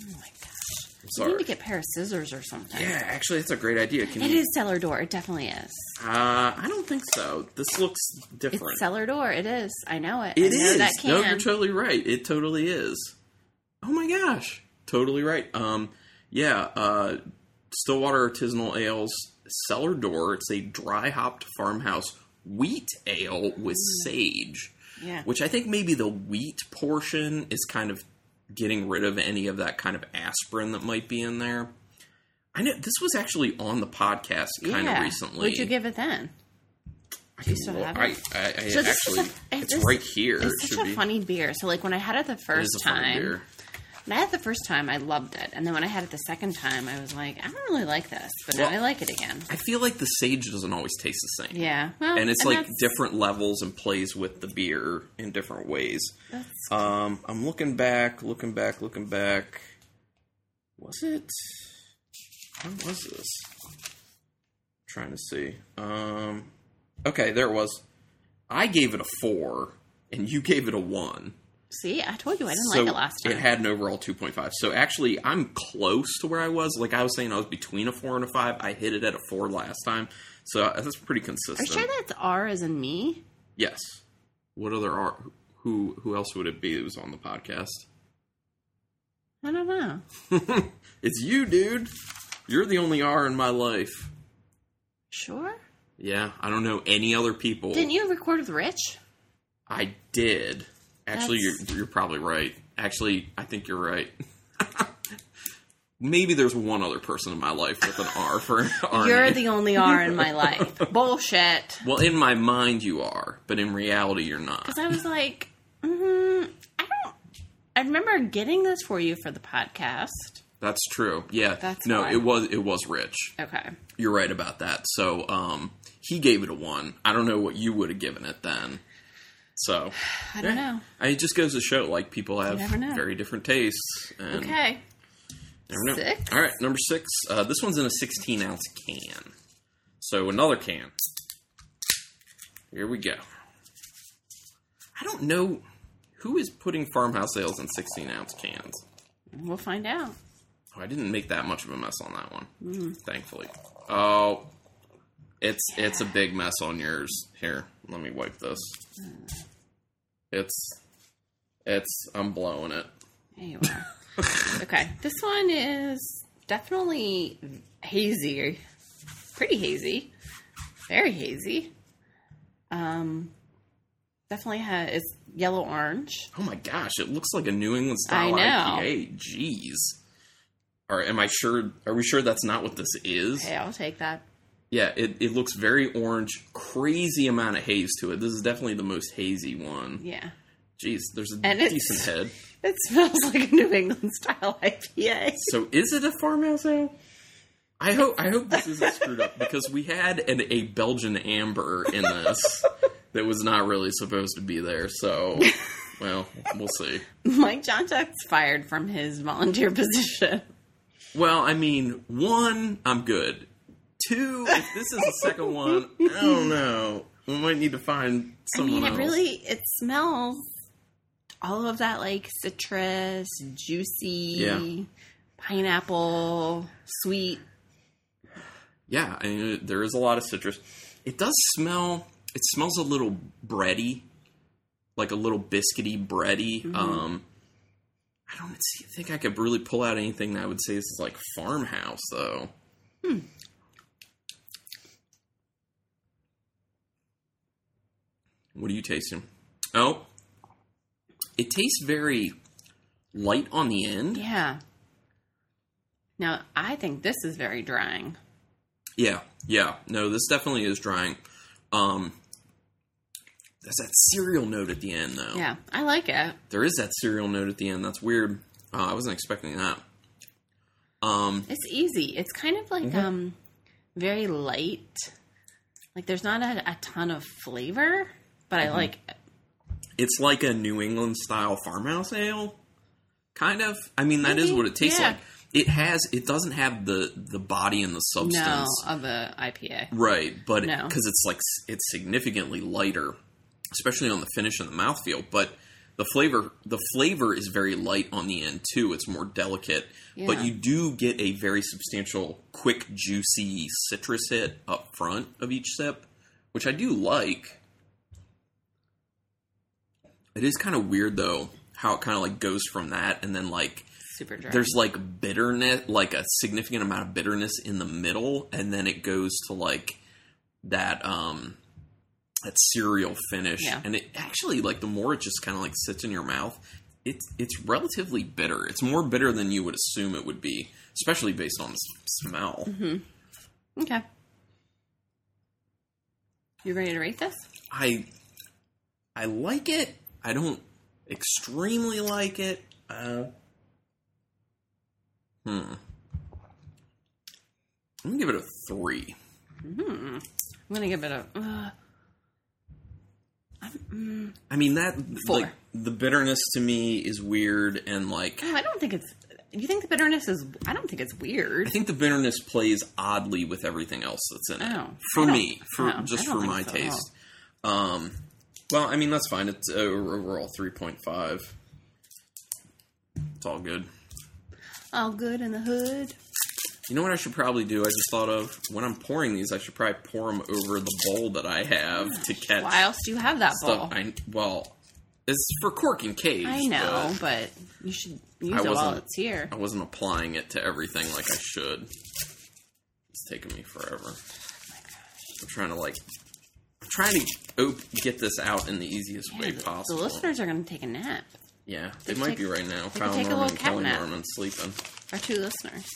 Oh my gosh.
I'm
You need
sorry.
to get a pair of scissors or something.
yeah, actually, that's a great idea. Can
It
you?
is cellar door. It definitely is.
Uh, I don't think so. This looks
It's
different.
cellar door. It is. I know it.
It
I know
is.
That can.
No, you're totally right. It totally is. Oh my gosh, totally right. Um, yeah. Uh, Stillwater Artisanal Ales Cellar Door. It's a dry hopped farmhouse wheat ale with sage,
Mm. yeah.
which I think maybe the wheat portion is kind of getting rid of any of that kind of aspirin that might be in there. I know this was actually on the podcast kind
yeah.
of recently.
Would you give it then?
I can
still
lo-
have it?
I, I, I
So this is
actually,
a-
it's
this-
right here.
It's
It
such
should
a
be.
funny beer. So like when I had it the
It
first
is a funny
time,
beer.
when I had it the first time, I loved it, and then when I had it the second time, I was like, I don't really like this, but
Well-
now I like it again.
I feel like the sage doesn't always taste the same.
Yeah. Well,
And it's like
that's-
different levels and plays with the beer in different ways.
that's-
Um, I'm looking back, looking back, looking back. Was it? When was this? trying to see. Um, okay, there it was. I gave it a four, and you gave it a one.
see, I told you I didn't
so
like it last time.
It had an overall 2.5. So actually, I'm close to where I was. Like I was saying, I was between a four and a five. I hit it at a four last time, so uh, that's pretty
Are
consistent.
you sure that's R as in me?
yes. What other art? Who who else would it be that was on the podcast? (laughs)
I don't know.
It's you, dude. You're the only R in my life.
Sure.
Yeah, I don't know any other people.
Didn't you record with Rich?
I did. Actually, you're,
That's-
you're probably right. Actually, I think you're right. (laughs) Maybe there's one other person in my life with an R for R.
(laughs) You're the only
(laughs)
R in my life. Bullshit.
well, in my mind, you are, but in reality, you're not.
Because I was like, mm, I don't. I remember getting this for you for the podcast.
That's true. Yeah.
That's
no,
why.
it was it was Rich.
Okay.
You're right about that. So, um, he gave it a one. I don't know what you would have given it then. So,
(sighs) I don't know.
I mean, it just goes to show, like people have
never know.
very different tastes. And
Okay.
Never know.
Six.
All right, number six. Uh, this one's in a 16 ounce can. So another can. Here we go. I don't know who is putting farmhouse ales in 16 ounce cans.
We'll find out.
Oh, I didn't make that much of a mess on that one, thankfully. Oh, it's it's a big mess on yours. Here, let me wipe this. It's it's I'm blowing it.
There you are. okay. This one is definitely hazy. Pretty hazy. Very hazy. Um, definitely has it's yellow orange.
Oh my gosh, it looks like a New England style
I know.
IPA. Jeez. All right, am I sure? Are we sure that's not what this is?
Okay, I'll take that.
Yeah, it, it looks very orange, crazy amount of haze to it. This is definitely the most hazy one.
Yeah.
Jeez, there's a
And it's-
decent head.
It smells (laughs) like a New England style IPA.
So is it a farmhouse ale? I hope I hope this isn't screwed up because we had an, a Belgian amber in this that was not really supposed to be there. So, well, we'll see.
Mike Johnchuk's fired from his volunteer (laughs) position.
Well, I mean, one, I'm good. Two, if this is the second one, I don't know. We might need to find
I mean,
someone
it
else.
really it smells all of that like citrus, juicy,
Yeah.
pineapple, sweet.
yeah, I mean, it- there is a lot of citrus. It does smell. It smells a little bready, like a little biscuity bready. Um, I don't see, think I could really pull out anything that I would say is like farmhouse though. What are you tasting? Oh, it tastes very light on the end.
Yeah. Now I think this is very drying.
Yeah, yeah. No, this definitely is drying. Um there's that cereal note at the end though.
Yeah, I like it.
There is that cereal note at the end. That's weird. Uh, I wasn't expecting that. Um
It's easy. It's kind of
Mm-hmm.
like um very light. Like there's not a, a ton of flavor, but
Mm-hmm.
I like it.
it's like a New England style farmhouse ale. Kind of. I mean that is
Maybe,
what it tastes
yeah.
like. It has it doesn't have the the body and the
no
substance.
of the IPA.
Right, but because
No.
it's like s- it's significantly lighter, especially on the finish and the mouthfeel. But The flavor the flavor is very light on the end too. It's more delicate, but
Yeah.
you do get a very substantial, quick, juicy citrus hit up front of each sip, which I do like. It is kind of weird though how it kind of like goes from that and then like
Super dry.
there's like bitterness, like a significant amount of bitterness in the middle, and then it goes to like that um that cereal finish.
Yeah.
And it actually like the more it just kind of like sits in your mouth, it's it's relatively bitter. It's more bitter than you would assume it would be, especially based on s- smell.
okay. You ready to rate this?
I I like it. I don't extremely like it. Uh, hmm. I'm gonna give it a three.
I'm gonna give it a. Uh, I'm, mm,
I mean that
Four.
like the bitterness to me is weird and like
oh, I don't think it's. You think the bitterness is? I don't think it's
I
weird.
think the bitterness plays oddly with everything else that's in it.
Oh, I
for
don't-
me, for
no, I
just
don't
for
think
my
so at
taste. Um, well, I mean that's fine. It's uh, overall three point five. It's all good.
All good in the hood.
You know what I should probably do? I just thought of when I'm pouring these, I should probably pour them over the bowl that I have to catch
Why else do you have that
stuff.
bowl? I,
I well, it's for cork and cage.
know,
but
but you should use
I
it while
wasn't-
it's here.
I wasn't applying it to everything like I should. It's taking me forever. I'm trying to like, I'm trying to op- get this out in the easiest
Yeah,
way
the,
possible.
the listeners are going to take a nap.
yeah, they
they could
might
take-
be right now.
could
Kyle
take
Norman
a little
and
cat
Kelly
nap.
Norman sleeping.
Our two listeners.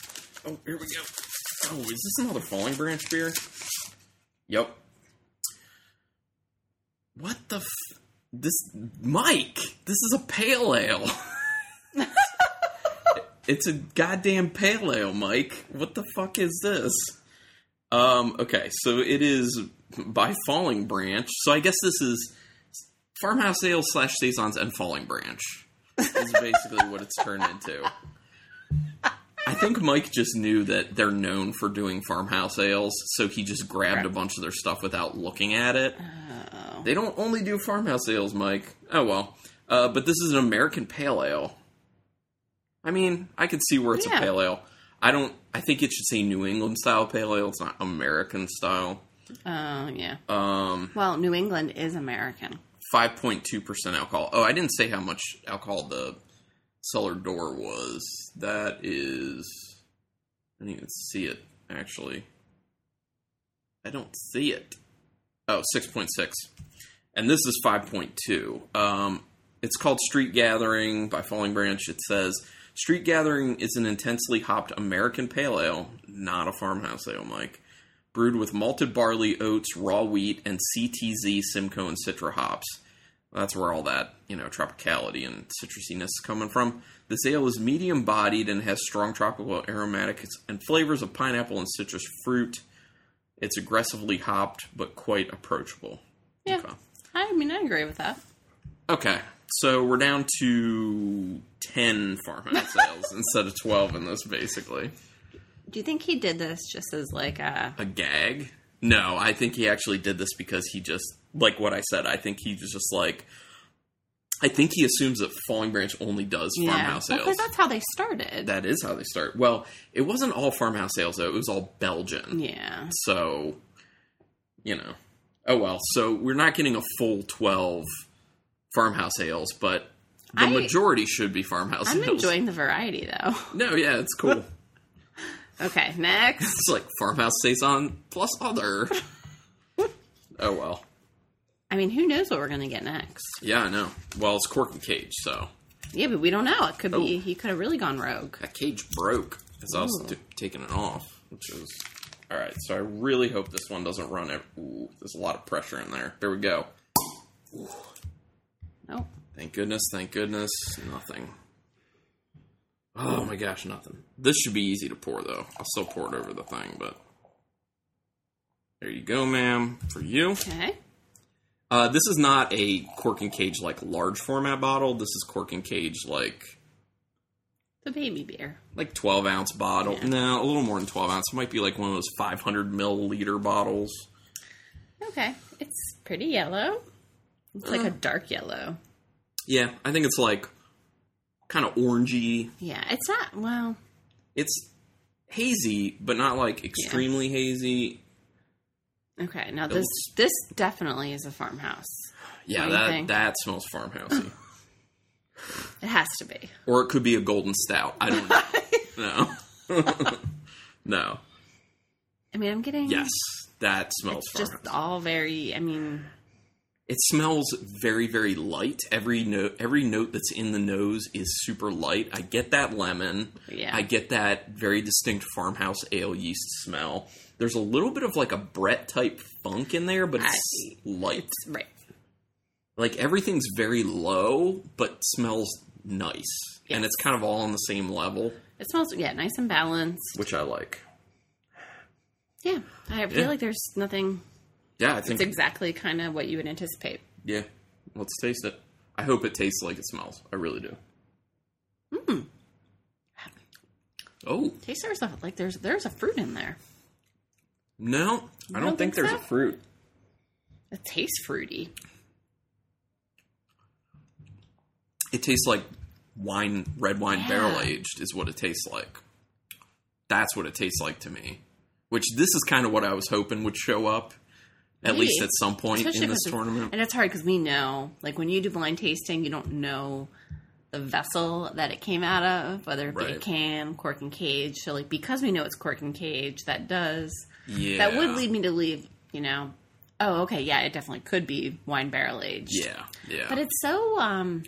Oh, here we go. Oh, is this another Falling Branch beer? Yep. What the f- this Mike, this is a pale ale. (laughs) it's a goddamn pale ale, Mike. What the fuck is this? Um okay, so it is by Falling Branch. So I guess this is Farmhouse Ale slash Saisons and Falling Branch. Is basically what it's turned into. I think Mike just knew that they're known for doing farmhouse ales, so he just grabbed a bunch of their stuff without looking at it. They don't only do farmhouse ales, Mike. Oh well. Uh, but this is an American pale ale. I mean, I could see where it's
Yeah.
a pale ale. I don't. I think it should say New England style pale ale. It's not American style.
Oh, yeah.
Um,
Well, New England is American.
five point two percent alcohol. Oh, I didn't say how much alcohol the cellar door was. That is, I didn't even see it actually. I don't see it. Oh, 6.6. And this is 5.2. Um, it's called Street Gathering by Falling Branch. It says Street Gathering is an intensely hopped American pale ale, not a farmhouse ale, Mike. Brewed with malted barley, oats, raw wheat, and CTZ, Simcoe, and Citra hops. That's where all that, you know, tropicality and citrusiness is coming from. This ale is medium bodied and has strong tropical aromatics and flavors of pineapple and citrus fruit. It's aggressively hopped, but quite approachable.
Yeah.
Okay.
I mean, I agree with that.
Okay, so we're down to 10 farmhouse (laughs) sales instead of 12 in this, basically.
Do you think he did this just as like a?
A gag? No, I think he actually did this because he just, like what I said, I think he was just like, I think he assumes that Falling Branch only does farmhouse
Because
sales.
that's how they started.
That is how they start. Well, it wasn't all farmhouse sales, though, it was all Belgian.
yeah.
So, you know. Oh well. So we're not getting a full twelve farmhouse ales, but the
I-
majority should be farmhouse
I'm
ales.
enjoying the variety though. (laughs)
no, yeah, it's cool. (laughs)
Okay, next.
it's like farmhouse saison plus
(laughs)
other. oh well.
I mean, who knows what we're gonna get next?
Yeah, I know. Well, it's cork and cage, so
Yeah, but we don't know. It could
Oh.
be he could have really gone rogue.
that cage broke because I was
Ooh.
t- taking it off, which is all right. So I really hope this one doesn't run. Ev- Ooh, there's a lot of pressure in there. There we go.
Nope.
Thank goodness, thank goodness, nothing. Oh my gosh, nothing. This should be easy to pour though. I'll still pour it over the thing, but there you go, ma'am, for you.
Okay.
Uh, this is not a cork and cage like large format bottle. This is cork and cage like
The baby beer.
like twelve ounce bottle. No, a little more than twelve ounce. It might be like one of those five hundred milliliter bottles.
Okay. It's pretty yellow. It's like a dark yellow.
Yeah, I think it's like kind of orangey.
Yeah, it's not. Well,
It's hazy, but not like extremely hazy.
okay. Now this
Those-
this definitely is a farmhouse. What
Yeah,
do you
that
think?
that smells farmhousey.
It has to be.
or it could be a golden stout. I don't know. no.
(laughs)
(laughs) no.
I mean, I'm getting
Yes, that smells
just
farmhouse.
all very. I mean,
It smells very very light. Every note every note that's in the nose is super light. I get that lemon.
Yeah.
I get that very distinct farmhouse ale yeast smell. There's a little bit of like a Brett type funk in there, but it's light.
right.
Like everything's very low, but smells nice. And it's kind of all on the same level,
It smells yeah, nice and balanced.
which I like.
Yeah, I feel
Yeah.
like there's nothing.
Yeah, I
It's
think
exactly kind of what you would anticipate.
Yeah. Let's taste it. I hope it tastes like it smells. I really do.
Hmm.
Oh,
Taste there's a, like there's there's a fruit in there.
no. I don't,
don't
think,
think
there's
so?
a fruit.
It tastes fruity.
It tastes like wine, red wine
Yeah.
barrel aged is what it tastes like. That's what it tastes like to me. Which this is kind of what I was hoping would show up at
Maybe.
least at some point in this
'cause it's-
tournament.
And it's hard because we know, like when you do blind tasting, you don't know the vessel that it came out of, whether it be a
Right.
can, cork and cage. So like because we know it's cork and cage, that does
Yeah.
that would lead me to leave, you know, oh okay, yeah, it definitely could be wine barrel aged.
Yeah. Yeah.
But it's so um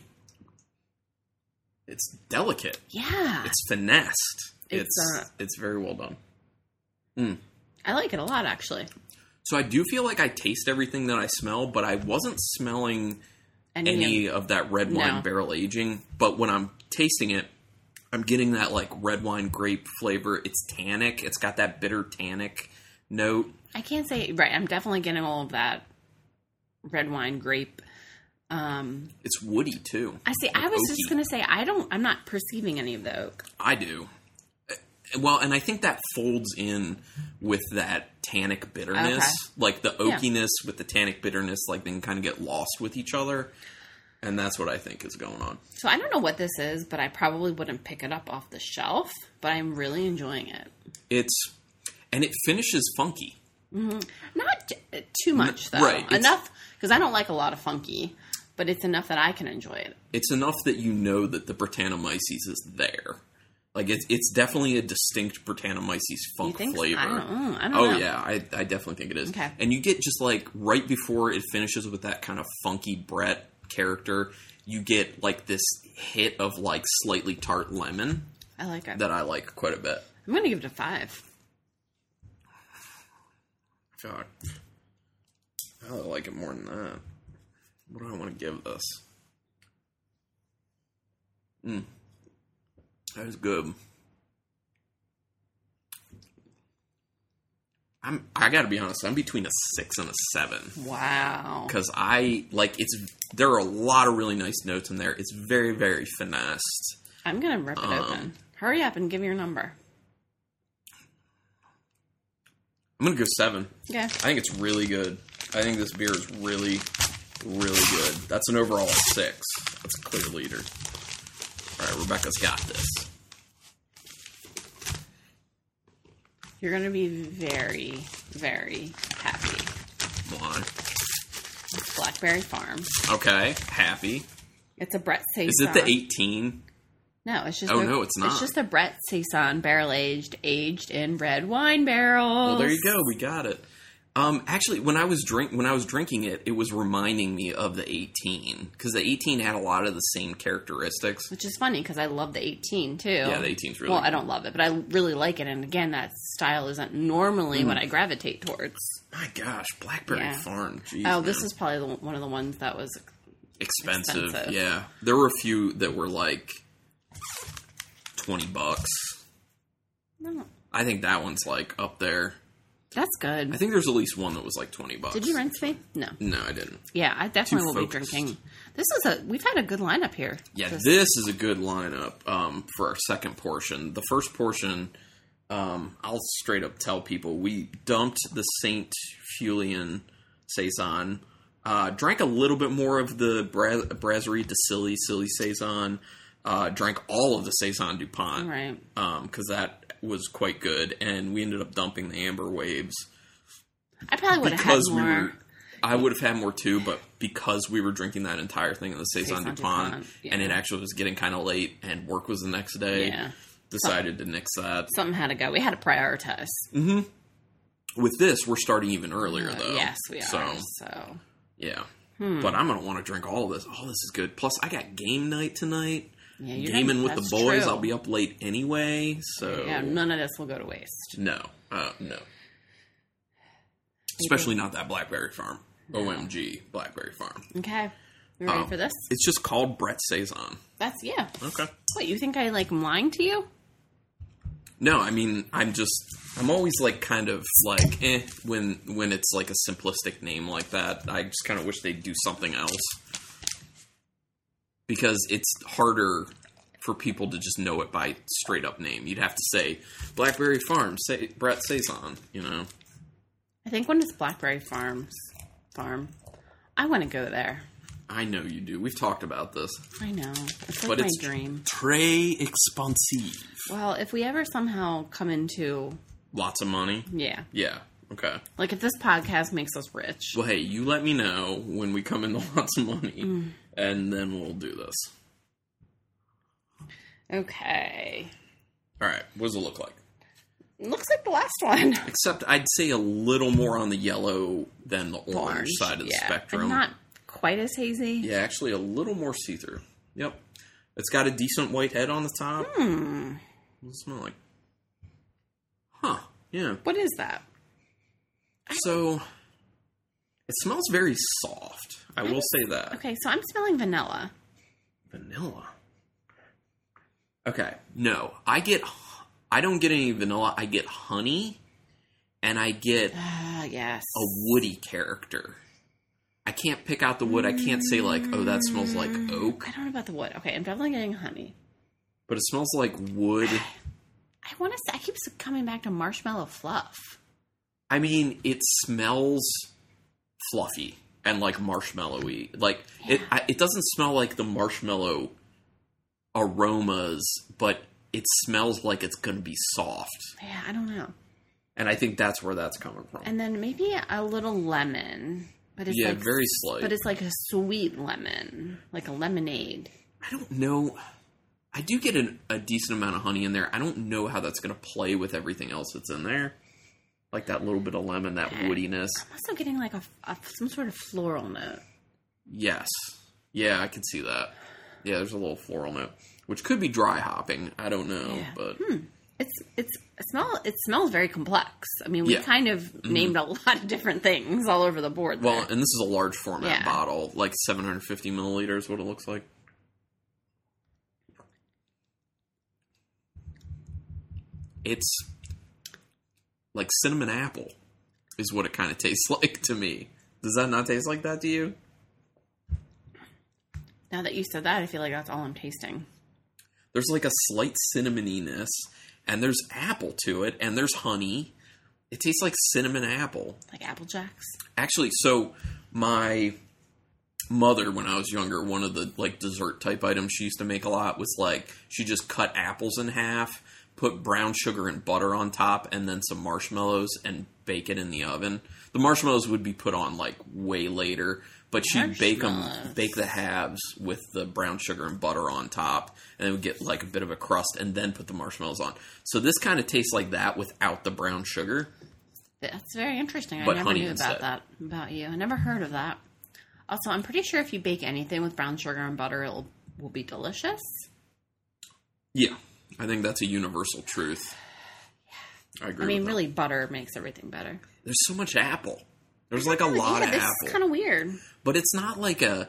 it's delicate.
yeah.
It's finessed. It's
It's,
it's,
uh,
very well done.
I like it a lot actually.
So I do feel like I taste everything that I smell, but I wasn't smelling
And
any of that red wine
No.
barrel aging. But when I'm tasting it, I'm getting that like red wine grape flavor. It's tannic. It's got that bitter tannic note.
I can't say right, I'm definitely getting all of that red wine grape. Um
It's woody too.
I see I
Like
was
oaky.
just gonna say I don't I'm not perceiving any of the oak.
I do. Uh, Well, and I think that folds in with that tannic bitterness,
Okay.
like the oakiness with the tannic bitterness, like they can kind of get lost with each other, and that's what I think is going on.
So I don't know what this is, but I probably wouldn't pick it up off the shelf, but I'm really enjoying it.
It's and it finishes funky.
Not t- too much though.
right, it's-
Enough because I don't like a lot of funky, but it's enough that I can enjoy it.
it's enough that you know that the Britannomyces is there. Like it's it's definitely a distinct Britannomyces funk
think so?
Oh, flavor.
I don't- mm, I don't
oh
know.
yeah, I, I definitely think it is.
Okay.
And you get just like right before it finishes with that kind of funky Brett character, you get like this hit of like slightly tart lemon
I like it.
that I like quite a bit.
I'm going to give it a 5.
God. I really like it more than that. What do I want to give this? Mm. That is good. I'm I gotta be honest, I'm between a six and a seven.
Wow.
Because I like it's there are a lot of really nice notes in there. It's very, very finessed.
I'm going to rip it
um,
open. Hurry up and give your number.
I'm gonna go seven.
Yeah.
I think it's really good. I think this beer is really, really good. That's an overall of six. That's a clear leader. All right, Rebecca's got this.
You're going to be very, very happy.
Why?
It's Blackberry Farm.
Okay, happy.
It's a Brett Saison.
Is it the 18?
No, it's just
Oh,
a,
no, it's not.
It's just a Brett Saison barrel aged, aged in red wine barrels.
Well, there you go. We got it. Um, actually, when I was drink when I was drinking it, it was reminding me of the 18 because the 18 had a lot of the same characteristics.
Which is funny because I love the 18 too.
Yeah, the 18's really
Well, I
good.
don't love it, but I really like it. And again, that style isn't
Mm.
normally what I gravitate towards.
My gosh, Blackberry
Yeah.
Farm. Jeez,
Oh, this
man.
is probably the, one of the ones that was.
expensive.
Expensive.
Yeah, there were a few that were like twenty bucks.
No,
I think that one's like up there.
that's good.
I think there's at least one that was like twenty bucks.
Did you rinse me? No.
No, I didn't.
Yeah, I definitely will
focused.
be drinking. This is a. We've had a good lineup here.
Yeah,
Just-
this is a good lineup um, for our second portion. The first portion, um, I'll straight up tell people we dumped the Saint Julian saison Uh, drank a little bit more of the Bra- Brasserie de Silly, Silly Saison. Uh, drank all of the Saison DuPont
Right.
because that was quite good. And we ended up dumping the Amber Waves
I probably would have had
because we
more.
were. I would have had more too, but because we were drinking that entire thing of the Saison
Saison
DuPont,
DuPont, yeah.
and it actually was getting kind of late, and work was the next day,
Yeah.
decided to nix that.
Something had to go. We had to prioritize.
With this, we're starting even earlier, though.
Uh, yes, we are. Hmm.
So,
So,
yeah. But I'm going to want to drink all of this. All this is good. Plus, I got game night tonight.
yeah, you're
Gaming
gonna-
with the
that's
boys.
true.
I'll be up late anyway. So,
Yeah, none of this will go to waste.
no. Uh, no. Especially not that Blackberry Farm. OMG, Blackberry Farm.
Okay, you ready
Oh.
for this?
It's just called Brett Saison.
That's yeah.
Okay.
What you think I like? am lying to you?
No, I mean, I'm just, I'm always like kind of like, eh, when when it's like a simplistic name like that. I just kind of wish they'd do something else because it's harder for people to just know it by straight up name. You'd have to say Blackberry Farm, say Brett Saison, you know.
I think when it's Blackberry Farms farm, I want to go there.
I know you do. We've talked about this,
I know it's like
but
my
it's
dream.
Très expensive.
Well, if we ever somehow come into
Lots of money.
yeah,
Yeah. Okay.
like if this podcast makes us rich,
Well, hey, you let me know when we come into (laughs) lots of money,
Mm.
and then we'll do this.
okay.
All right, what does it look like?
Looks like the last
(laughs)
one.
Except I'd say a little more on the yellow than the orange, side of the
yeah.
spectrum.
And not quite as hazy.
yeah, actually, a little more see through. Yep. It's got a decent white head on the top.
Hmm.
What does it smell like? Huh. Yeah.
What is that?
So it smells very soft. I will say that.
Okay, so I'm smelling vanilla.
Vanilla. Okay. No, I get. I don't get any vanilla. I get honey, and I get a
Ah, yes.
woody character. I can't pick out the wood. I can't say like, oh, that smells like oak,
I don't know about the wood. Okay, I'm definitely getting honey.
but it smells like wood.
I want to. I keep s- coming back to marshmallow fluff.
I mean, it smells fluffy and like marshmallowy. Like it. I, it doesn't smell like the marshmallow aromas, but it smells like it's gonna be soft.
Yeah, I don't know.
And I think that's where that's coming from.
And then maybe a little lemon, but it's
yeah,
like,
very slight.
But it's like a sweet lemon, like a lemonade.
I don't know. I do get an, a decent amount of honey in there. I don't know how that's going to play with everything else that's in there. Like that little bit of lemon, that woodiness.
I'm also getting like a, a some sort of floral note.
Yes. Yeah, I can see that. Yeah, there's a little floral note, which could be dry hopping. I don't know,
Yeah. Hmm.
but
It's it's it smell. It smells very complex. I mean, we
Yeah. Mm-hmm.
kind of named a (laughs) lot of different things all over the board.
well,
there.
and this is a large format
Yeah.
bottle, like 750 milliliters, what it looks like. It's like cinnamon apple, is what it kind of tastes (laughs) like to me. Does that not taste like that to you?
now that you said that, I feel like that's all I'm tasting.
There's like a slight cinnamoniness, and there's apple to it, and there's honey. It tastes like cinnamon apple.
Like apple jacks.
actually so my mother when i was younger one of the like dessert type items she used to make a lot was like she just cut apples in half put brown sugar and butter on top and then some marshmallows and bake it in the oven the marshmallows would be put on like way later but she'd bake them
Marshmallows.
bake the halves with the brown sugar and butter on top and it would get like a bit of a crust and then put the marshmallows on so this kind of tastes like that without the brown sugar
That's very interesting.
But
I never
honey
knew about
instead.
that about you. I never heard of that. Also, I'm pretty sure if you bake anything with brown sugar and butter, it'll will be delicious.
Yeah, I think that's a universal truth. I agree.
I mean,
with that.
really, butter makes everything better.
there's so much apple. There's like a lot
yeah,
of
this
apple,
is kind of weird.
but it's not like a,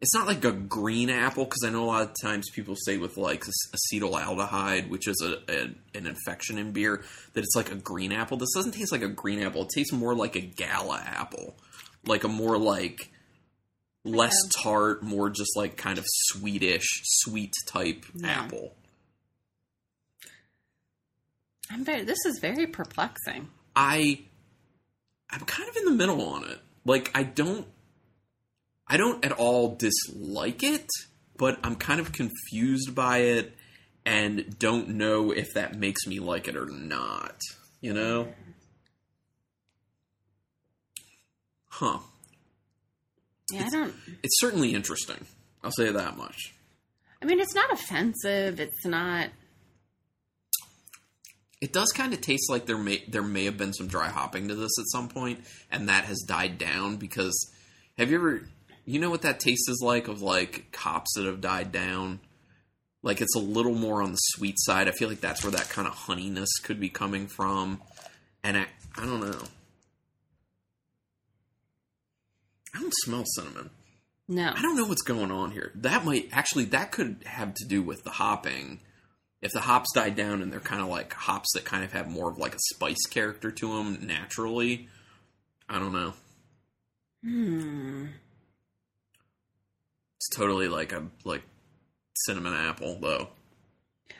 it's not like a green apple because I know a lot of times people say with like ac- acetaldehyde, which is a, a an infection in beer, that it's like a green apple. This doesn't taste like a green apple. It tastes more like a gala apple, like a more like less tart, more just like kind of sweetish, sweet type apple.
I'm very. This is very perplexing.
I I'm kind of in the middle on it. Like I don't I don't at all dislike it, but I'm kind of confused by it and don't know if that makes me like it or not. You know? Huh.
Yeah, I don't.
It's certainly interesting. I'll say that much.
I mean, it's not offensive. It's not.
It does kind of taste like there may there may have been some dry hopping to this at some point, and that has died down because have you ever you know what that taste is like of like cops that have died down? Like it's a little more on the sweet side. I feel like that's where that kind of honeyness could be coming from. And I I don't know. I don't smell cinnamon.
No.
I don't know what's going on here. That might actually that could have to do with the hopping. If the hops die down and they're kind of like hops that kind of have more of like a spice character to them naturally, I don't know.
Hmm.
It's totally like a like cinnamon apple though.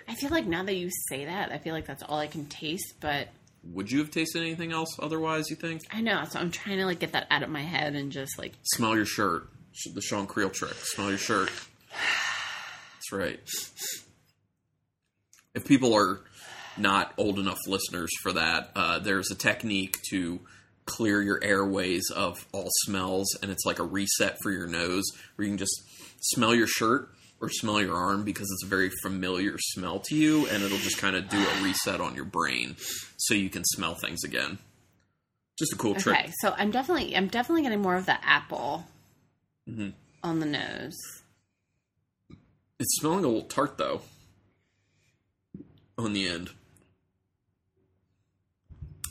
I feel like now that you say that, I feel like that's all I can taste. But
Would you have tasted anything else otherwise? You think?
I know, so I'm trying to like get that out of my head and just like
Smell your shirt. Sh- The Sean Creel trick. Smell your shirt. That's right. If people are not old enough listeners for that, uh, there's a technique to clear your airways of all smells, and it's like a reset for your nose where you can just smell your shirt or smell your arm because it's a very familiar smell to you, and it'll just kind of do a reset on your brain so you can smell things again. Just a cool trick.
okay. So I'm definitely I'm definitely getting more of the apple
Mhm.
on the nose.
It's smelling a little tart though. On the end.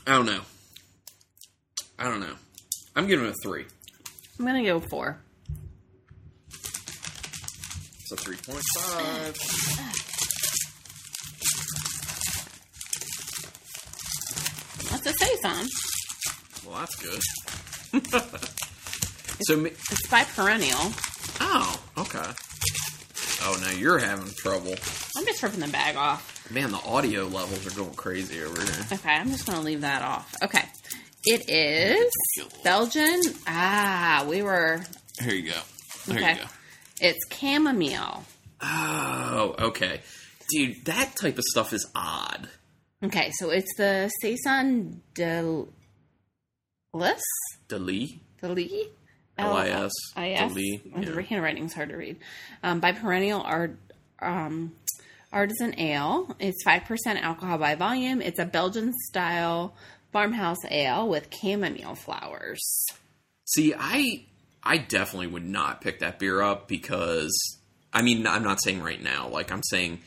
I don't know. I don't know. I'm giving it a three.
I'm gonna go four.
It's a three point five.
What's it say, on?
Well, that's good. (laughs) so, ma-
It's by Perennial.
oh, okay. Oh, now you're having trouble.
I'm just ripping the bag off.
Man, the audio levels are going crazy over here.
Okay, I'm just gonna leave that off. Okay. It is Belgian. Ah, we were
Here you go. There
okay.
you go.
It's chamomile.
Oh, okay. Dude, that type of stuff is odd.
Okay, so it's the Saison de Lis?
Delete.
The Lee?
L-I-S,
L-I-S.
Lee,
Oh, The
yeah.
handwriting's hard to read. Um, by Perennial Art, um, Artisan Ale. It's 5% alcohol by volume. It's a Belgian style farmhouse ale with chamomile flowers.
See, I I definitely would not pick that beer up because I mean, I'm not saying right now. Like I'm saying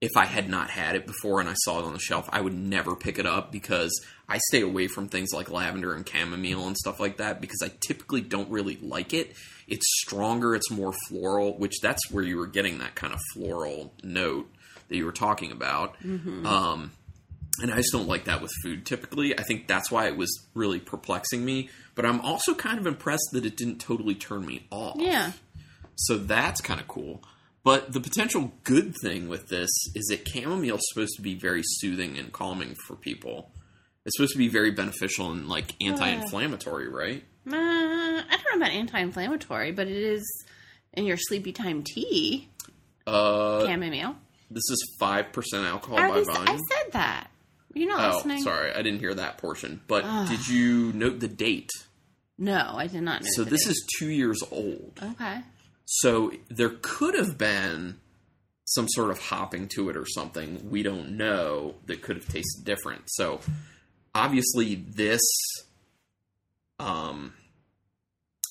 if I had not had it before and I saw it on the shelf, I would never pick it up because I stay away from things like lavender and chamomile and stuff like that because I typically don't really like it. It's stronger, it's more floral, which that's where you were getting that kind of floral note that you were talking about. Um, and I just don't like that with food typically. I think that's why it was really perplexing me. But I'm also kind of impressed that it didn't totally turn me off.
Yeah.
So that's kind of cool. But the potential good thing with this is that chamomile is supposed to be very soothing and calming for people. It's supposed to be very beneficial and like anti-inflammatory, right?
Uh, I don't know about anti inflammatory, but it is in your sleepy time tea,
Uh,
chamomile.
this is five percent alcohol
I,
by
already, I
volume.
said that. You're not
Oh,
listening?
sorry, I didn't hear that portion. But
Ugh.
did you note the date?
No, I did not know.
So this is two years old.
Okay.
So there could have been some sort of hopping to it or something we don't know that could have tasted different. So obviously this um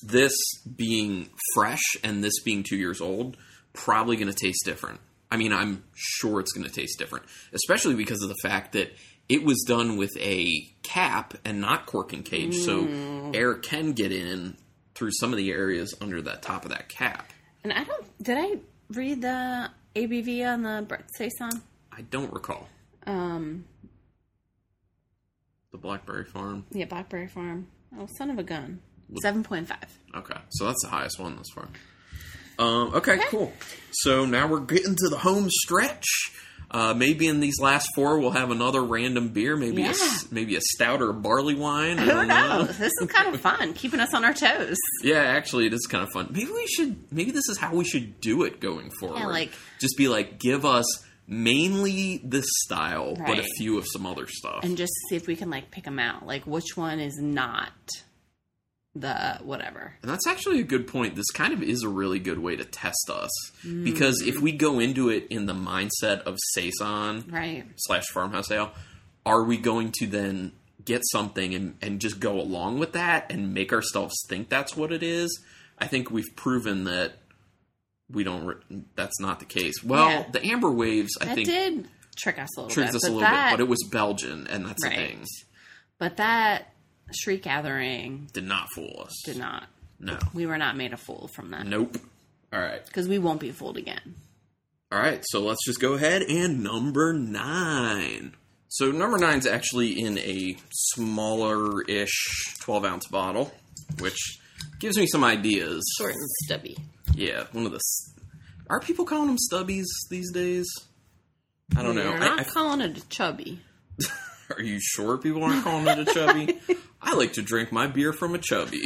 this being fresh and this being 2 years old probably going to taste different. I mean, I'm sure it's going to taste different, especially because of the fact that it was done with a cap and not cork and cage. So air can get in through some of the areas under that top of that cap.
And I don't. Did I read the ABV on the Brett Saison?
I don't recall
Um,
the Blackberry Farm.
yeah, Blackberry Farm. Oh, son of a gun.
Look.
Seven point five.
Okay, so that's the highest one thus far. Um, okay, cool. So now we're getting to the home stretch. Uh, maybe in these last four, we'll have another random beer, maybe a s maybe a stout or a barley wine. I
Who
don't know.
knows? This is kind of fun, keeping us on our toes.
Yeah, actually, it is kind of fun. Maybe we should. Maybe this is how we should do it going forward.
like-
just be like, give us mainly this style, but a
Right.
few of some other stuff.
And just see if we can like pick them out. Like which one is not the whatever.
And that's actually a good point. This kind of is a really good way to test us
Mm.
because if we go into it in the mindset of saison
Right.
slash farmhouse ale, are we going to then get something and, and just go along with that and make ourselves think that's what it is? I think we've proven that we don't. Re- that's not the case. Well,
Yeah.
the amber waves, I
That
think,
did trick us a little
tricked
bit.
us a little
that,
bit, but it was Belgian, and that's the
Right.
thing.
but that shriek gathering
Did not fool us.
did not.
No.
We were not made a fool from that.
Nope. All right.
Because we won't be fooled again.
All right, so let's just go ahead and number nine. So number nine's actually in a smaller-ish twelve-ounce bottle, which gives me some ideas.
Short and stubby.
Yeah, one of the. s- Are people calling them stubbies these days? I don't know.
We're
I-
not
I-
calling it a chubby.
are you sure people aren't calling it a chubby? I like to drink my beer from a chubby.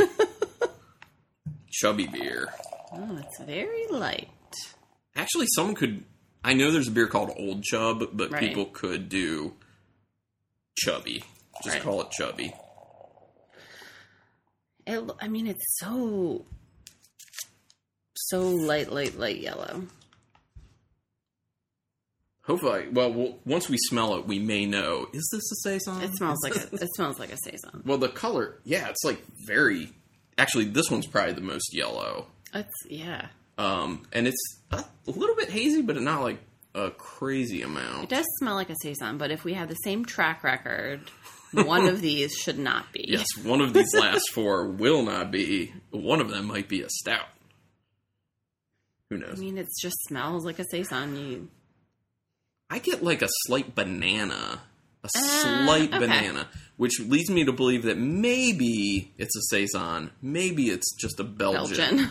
chubby beer.
Oh, it's very light.
Actually, someone could. I know there's a beer called Old Chub, but
Right.
people could do Chubby. Just
Right.
call it Chubby.
It, lo- I mean, it's so, so light, light, light yellow.
Hopefully, well, we'll once we smell it, we may know. Is this a saison?
It smells like a, it smells like a saison.
well, the color. Yeah, it's like very. Actually, this one's probably the most yellow.
It's yeah.
Um, and it's a little bit hazy, but not like a crazy
It
amount.
does smell like a saison, but if we have the same track record,
(laughs)
one of these should not be.
Yes, one of these last four will not be. One of them might be a stout. Who knows?
I mean, it just smells like a saison. You
I get like a slight banana, a
Ah,
slight
okay.
banana, which leads me to believe that maybe it's a saison, maybe it's just a Belgian.
Belgian.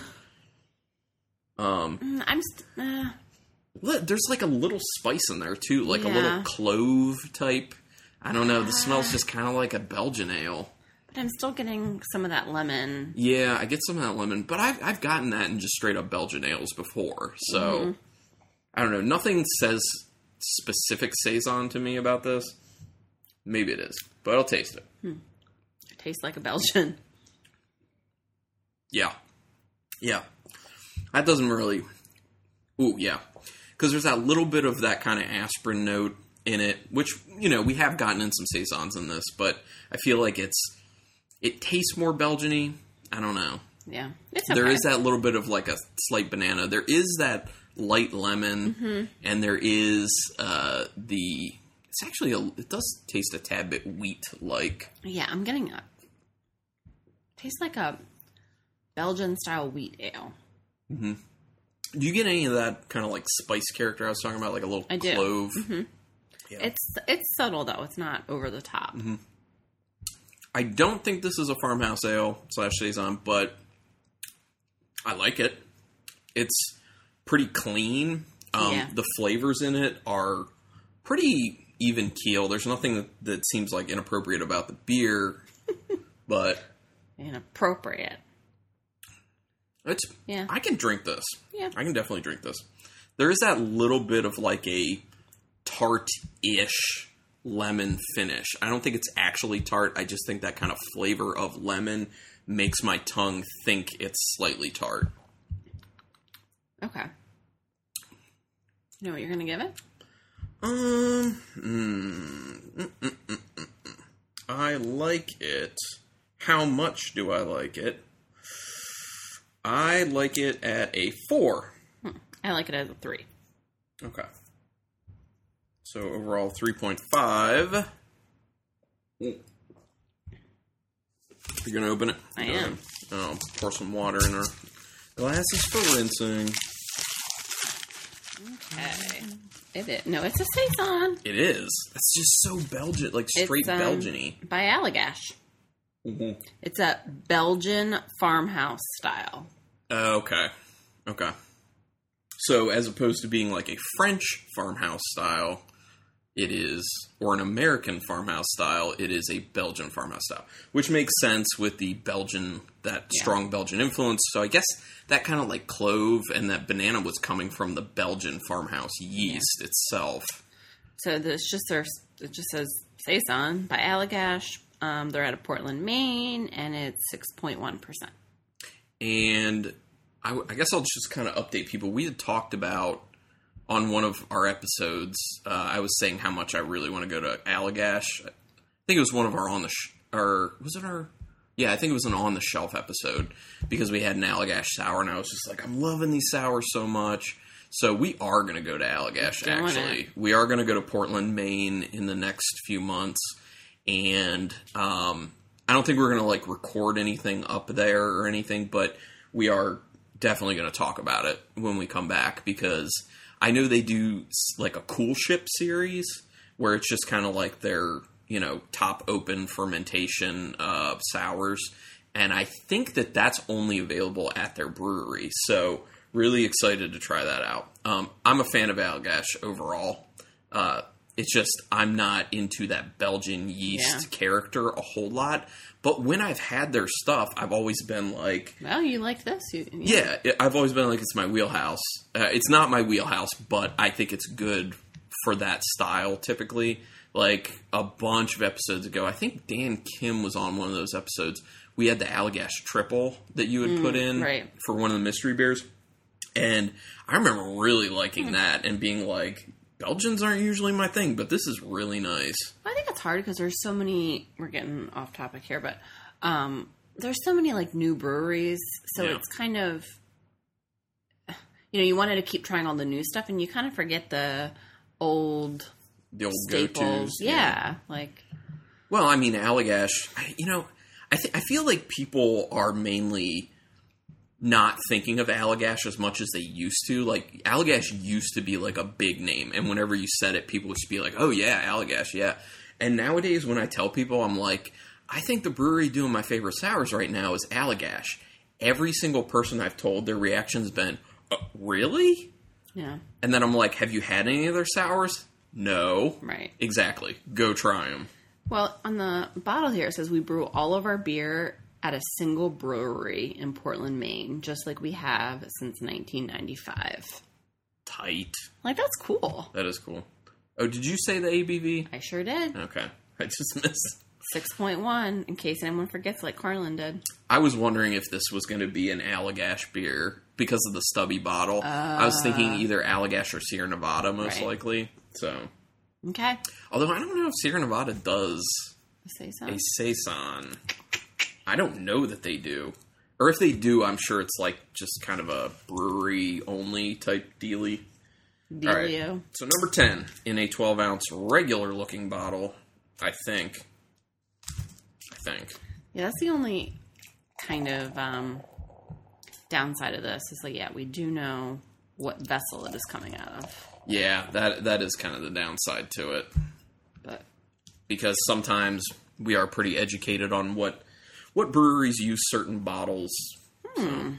Um,
Mm, I'm. St- uh,
li- there's like a little spice in there too, like a little
Yeah. Ah.
clove type. I don't know. The smells just kind of like a Belgian ale.
but I'm still getting some of that lemon.
Yeah, I get some of that lemon, but I've I've gotten that in just straight up Belgian ales before. So
Mm-hmm.
I don't know. Nothing says specific saison to me about this. Maybe it is, but I'll taste it.
It tastes like a Belgian. (laughs)
Yeah. Yeah. That doesn't really. Ooh, yeah. Because there's that little bit of that kind of aspirin note in it, which, you know, we have gotten in some Saisons in this, but I feel like it's. It tastes more Belgian y. I don't know.
Yeah, it's
There
okay.
is that little bit of like a slight banana. There is that light lemon,
Mm-hmm.
and there is uh, the. It's actually a. It does taste a tad bit wheat like.
Yeah, I'm getting a tastes like a Belgian style wheat ale.
Do you get any of that kind of like spice character I was talking about, like a little
I do.
clove? Yeah.
It's it's subtle though. It's not over the top.
Mm-hmm. I don't think this is a farmhouse ale slash saison, but I like it. It's pretty clean. Um,
Yeah.
The flavors in it are pretty even keel. There's nothing that, that seems like inappropriate about the
(laughs)
beer, but
Inappropriate.
it's
Yeah.
I can drink this.
Yeah.
I can definitely drink this. There is that little bit of like a tart-ish lemon finish. I don't think it's actually tart. I just think that kind of flavor of lemon makes my tongue think it's slightly tart.
Okay. You know what you're gonna give it?
Um, mm, mm, mm, mm, mm, mm. I like it. How much do I like it? I like it at a four.
I like it as a three.
Okay. So overall, three point five. You're gonna open it.
I
Go
am.
ahead. I'll pour some water in our glasses for rinsing.
Okay. It is no, it's a saison
It is. That's just so Belgian, like straight
it's, um, Mm-hmm.
Belgian-y.
by Allagash.
Mhm.
It's a Belgian farmhouse style.
Okay. Okay. Uh, So as opposed to being like a French farmhouse style, it is or an American farmhouse style, it is a Belgian farmhouse style, which makes sense with the Belgian that
Yeah.
strong Belgian influence. So I guess that kind of like clove and that banana was coming from the Belgian farmhouse yeast itself.
So this just their, it just says Saison by Allagash. Um, they're out of Portland, Maine, and it's six point one percent.
and I, I guess I'll just kind of update people. We had talked about on one of our episodes. Uh, I was saying how much I really want to go to Allagash. I think it was one of our on the sh- or was it our yeah I think it was an on the shelf episode because we had an Allagash sour and I was just like I'm loving these sours so much. So we are going to go to Allagash.
Doing
Actually, we are going to go to Portland, Maine, in the next few months, and um, I don't think we're going to like record anything up there or anything, but we are definitely going to talk about it when we come back because I know they do s- like a cool ship series where it's just kind of like their you know top open fermentation uh, sours, and I think that that's only available at their brewery. So really excited to try that out. Um, I'm a fan of Allagash overall. Uh, it's just I'm not into that Belgian yeast
Yeah.
character a whole lot. But when I've had their stuff, I've always been like,
Well, you liked this, you, you-
yeah, I- I've always been like, it's my wheelhouse. Uh, it's not my wheelhouse, but I think it's good for that style typically. Like a bunch of episodes ago, I think Dan Kim was on one of those episodes. We had the Allagash triple that you had put in
Mm, right.
for one of the mystery beers. And I remember really
Hmm.
liking that and being like, Belgians aren't usually my thing, but this is really nice.
I think it's hard because there's so many. We're getting off topic here, but um, there's so many like new breweries, so
Yeah.
it's kind of you know you wanted to keep trying all the new stuff, and you kind of forget the old
The old go-tos.
staples. yeah, like
Well, I mean, Allagash, I- you know, I, th- I feel like people are mainly not thinking of Allagash as much as they used to. Like, Allagash used to be like a big name, and whenever you said it, people would just be like, oh, yeah, Allagash, yeah. And nowadays, when I tell people, I'm like, I think the brewery doing my favorite sours right now is Allagash. Every single person I've told, their reaction's been, uh, really?
yeah,
And then I'm like, have you had any of their sours? No.
right.
Exactly. Go try them.
Well, on the bottle here, it says we brew all of our beer at a single brewery in Portland, Maine, just like we have since 1995.
Tight.
Like, that's cool.
That is cool. Oh, did you say the ABV?
I sure did.
Okay. I just missed.
6.1, in case anyone forgets, like Carlin did.
I was wondering if this was going to be an Allagash beer because of the stubby bottle. I was thinking either Allagash or Sierra Nevada, most
Right.
likely. So,
Okay. I
although I don't know if Sierra Nevada does
say so.
a saison, I don't know that they do. Or if they do, I'm sure it's like just kind of a brewery only type dealy.
Dealio.
So number ten in a twelve ounce regular looking bottle, I think. I think.
Yeah, that's the only kind of um, downside of this is like, yeah, we do know what vessel it is coming out of,
Yeah, that that is kind of the downside to it
but
because sometimes we are pretty educated on what what breweries use certain bottles. So,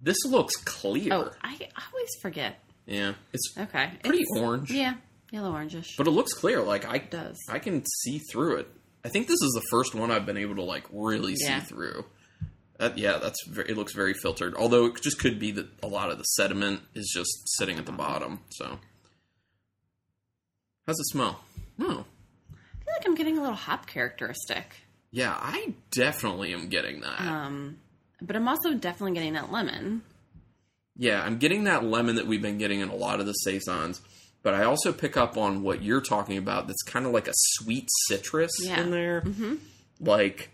This looks clear.
Hmm. oh, I always forget.
Yeah, it's
Okay,
pretty
It's-
orange,
Yeah, yellow orangish.
but it looks clear. Like I it
does.
I can see through it. I think this is the first one I've been able to like really
Yeah.
see through. That, yeah, that's very, it looks very filtered. Although it just could be that a lot of the sediment is just sitting at the bottom. So, how's it smell? Oh, No,
I feel like I'm getting a little hop characteristic,
Yeah, I definitely am getting that.
um, but I'm also definitely getting that lemon.
Yeah, I'm getting that lemon that we've been getting in a lot of the saisons, but I also pick up on what you're talking about. That's kind of like a sweet citrus
Yeah.
in there. Mm-hmm. Like,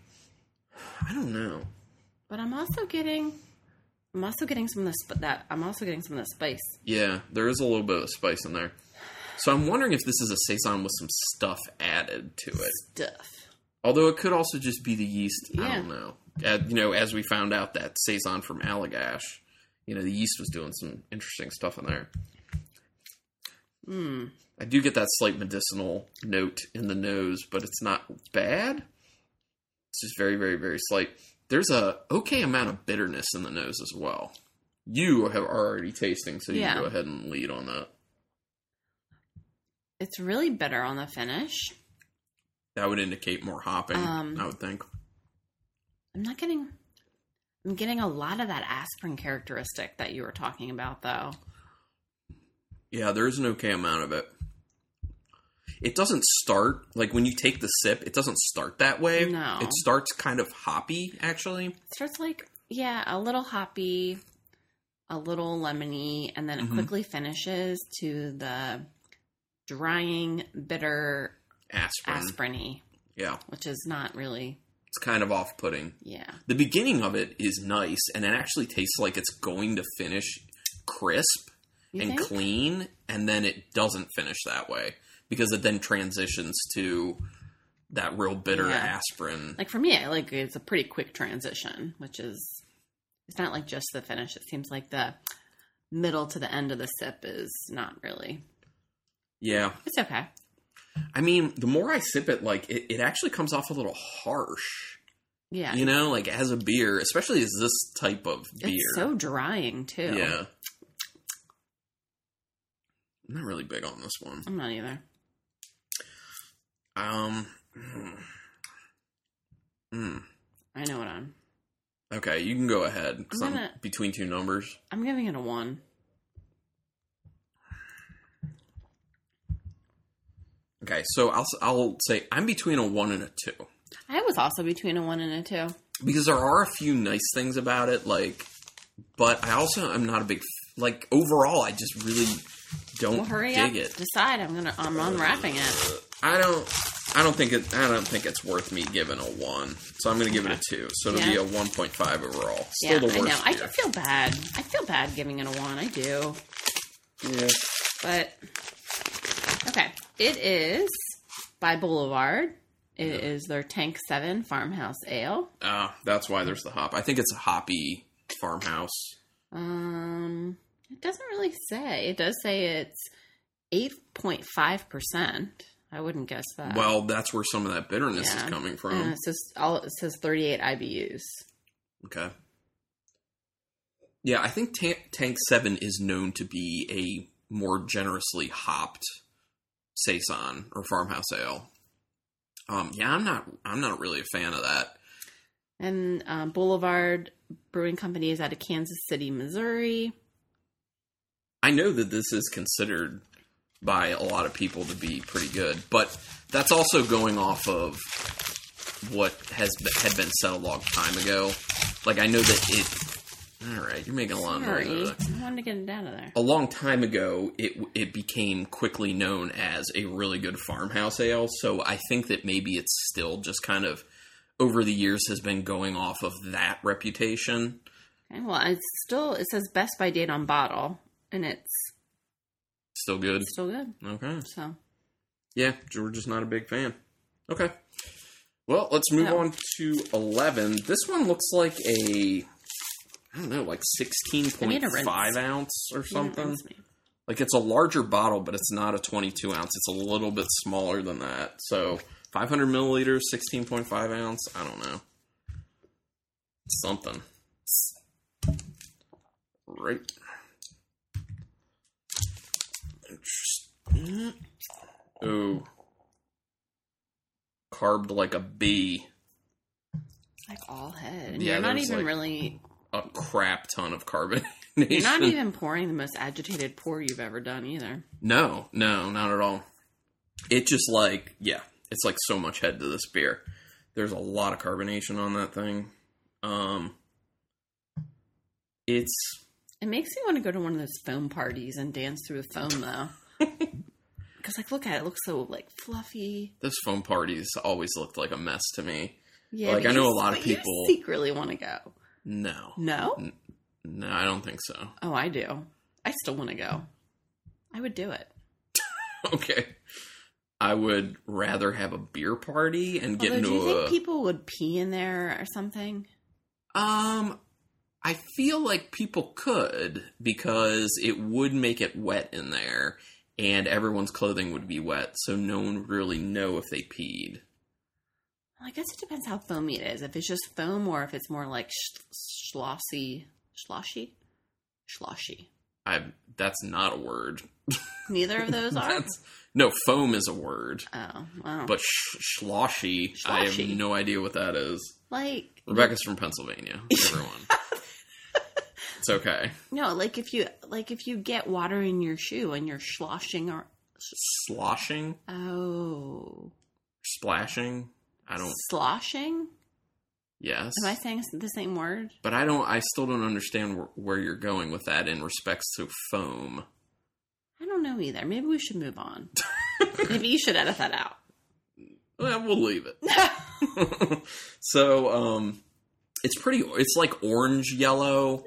I don't know.
But I'm also getting, I'm also getting some of the sp- that. I'm also getting some of the spice.
Yeah, there is a little bit of spice in there. So I'm wondering if this is a saison with some stuff added to it.
Stuff.
Although it could also just be the yeast. I
Yeah.
don't know. Uh, you know, as we found out that saison from Allagash, you know, the yeast was doing some interesting stuff in there.
Mm.
I do get that slight medicinal note in the nose, but it's not bad. It's just very, very, very slight. There's a okay amount of bitterness in the nose as well. you have are already tasting, so you
Yeah.
go ahead and lead on that.
It's really bitter on the finish.
That would indicate more hopping,
Um,
I would think.
I'm not getting. I'm getting a lot of that aspirin characteristic that you were talking about, though.
Yeah, there's an okay amount of it. It doesn't start like when you take the sip. It doesn't start that way.
No.
it starts kind of hoppy, actually.
It starts like yeah, a little hoppy, a little lemony, and then it
Mhm.
quickly finishes to the drying, bitter
Aspirin.
aspirin-y,
Yeah,
which is not really
it's kind of off-putting.
yeah.
The beginning of it is nice, and it actually tastes like it's going to finish crisp
You
and
think?
clean, and then it doesn't finish that way because it then transitions to that real bitter
Yeah.
aspirin.
like for me, I like it's a pretty quick transition, which is it's not like just the finish. It seems like the middle to the end of the sip is not really.
Yeah,
It's okay.
I mean, the more I sip it, like it, it actually comes off a little harsh.
Yeah.
You know, like as a beer, especially as this type of beer.
It's so drying too.
yeah. I'm not really big on this one.
I'm not either.
Um mm. Mm.
I know what I'm.
Okay, you can go ahead cuz
I'm
I'm,
gonna-
between two numbers.
I'm giving it a one.
Okay, so I'll s- I'll say I'm between a 1 and a 2
I was also between a one and a two.
because there are a few nice things about it like but I also am not a big f- like overall I just really don't
Well, hurry
dig
up.
it.
Decide. I'm gonna. I'm unwrapping it.
I don't. I don't think it. I don't think it's worth me giving a one. So I'm going to give it a two. So it'll be
Yeah.
a one point five overall. Still
Yeah,
the
I know.
worst.
I do
beer.
feel bad. I feel bad giving it a one. I do,
yeah.
but okay. It is by Boulevard. It is their Tank Seven Farmhouse Ale.
Ah, that's why there's the hop. I think it's a hoppy farmhouse.
Um, it doesn't really say. It does say it's eight point five percent. I wouldn't guess that.
well, that's where some of that bitterness
Uh, yeah.
is coming from.
And it says all. It says thirty eight IBUs.
Okay. Yeah, I think Tank, Tank Seven is known to be a more generously hopped saison or farmhouse ale. Um, yeah, I'm not. I'm not really a fan of that.
And um, Boulevard Brewing Company is out of Kansas City, Missouri.
I know that this is considered by a lot of people to be pretty good, but that's also going off of what has be- had been said a long time ago. Like I know that it. All right, you're making a lot of noise. over
Sorry,
there.
I wanted to get it out of there.
A long time ago, it it became quickly known as a really good farmhouse ale. So I think that maybe it's still just kind of over the years has been going off of that reputation.
Okay, well, it's still it says best by date on bottle, and it's
Still good.
still good.
Okay.
So
Yeah, we're just not a big fan. Okay. Well, let's move
No.
on to eleven. This one looks like a I don't know, like sixteen point
need a rinse.
five ounce or
you didn't
something.
rinse me.
Like it's a larger bottle, but it's not a twenty two ounce. It's a little bit smaller than that. So five hundred milliliters, sixteen point five ounce. I don't know. Something. Right. Interesting. Ooh. Carved like a bee.
It's like all head. And
Yeah,
you're not
there's,
even
like-
really.
A crap ton of carbonation.
You're not even pouring the most agitated pour you've ever done either.
No, no, not at all. It just like yeah, it's like so much head to this beer. There's a lot of carbonation on that thing. Um It's
It makes me want to go to one of those foam parties and dance through the foam though. Because like, look at it. it looks so like fluffy.
those foam parties always looked like a mess to me.
Yeah,
Like,
but
I know a
you-
lot of
but you
people-
secretly want to go.
No.
No?
No, I don't think so. (laughs)
Oh, I do. I still want to go. I would do it.
Okay. I would rather have a beer party and get
Although, do you
into
think
a
people would pee in there or something?
um I feel like people could because it would make it wet in there and everyone's clothing would be wet, so no one would really know if they peed.
Well, I guess it depends how foamy it is. If it's just foam or if it's more like sh- sloshy, sloshy, Sloshy.
I that's not a word.
Neither of those
(laughs)
are.
That's no foam is a word,
oh, wow.
but sh- sloshy, I have
Sloshy.
no idea what that is.
like
Rebecca's from Pennsylvania. Everyone,
(laughs)
it's okay.
no, like if you like if you get water in your shoe and you're sloshing or
Sloshing,
oh
splashing. I don't.
sloshing.
Yes,
Am I saying the same word?
but I don't. I still don't understand where, where you're going with that in respects to foam.
I don't know either. Maybe we should
(laughs)
move on. Maybe you should edit that out. (laughs) Eh,
Well, we'll leave it. (laughs) so um it's pretty it's like orange yellow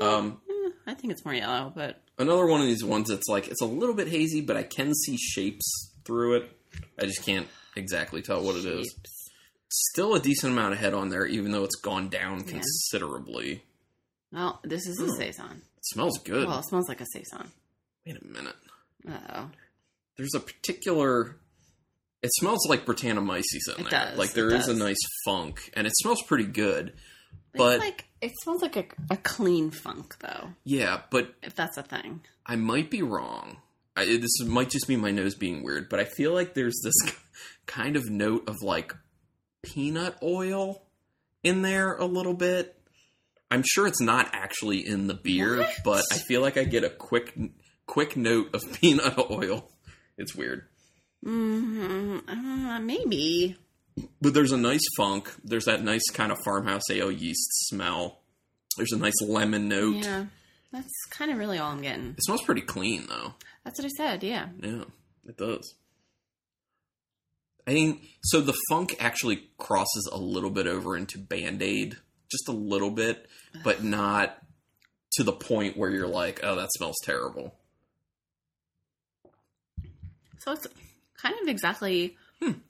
um
Eh, I think it's more yellow, but
another one of these ones that's like it's a little bit hazy but i can see shapes through it i just can't exactly tell what it is
shapes.
still a decent amount of head on there even though it's gone down
Yeah.
considerably it
Well, this is a
Mm.
saison.
smells good
Well, it smells like a saison.
wait a minute
Uh oh.
there's a particular it smells like Britannomyces in
It
there.
does,
Like
it
there is
does.
a nice funk, and it smells pretty good. But-
it's like it smells like a, a clean funk, though,
Yeah, but
if that's a thing.
I might be wrong. I, this might just be my nose being weird, but I feel like there's this (laughs) kind of note of like peanut oil in there a little bit. I'm sure it's not actually in the beer,
What?
but I feel like I get a quick quick note of (laughs) peanut oil. It's weird.
Mm, uh, maybe.
But there's a nice funk. There's that nice kind of farmhouse ale yeast smell. There's a nice lemon note.
Yeah. That's kind of really all I'm getting.
It smells pretty clean though.
That's what I said, yeah.
Yeah, it does. I think so. The funk actually crosses a little bit over into Band Aid, just a little bit, but not to the point where you're like, "Oh, that smells terrible."
So it's kind of exactly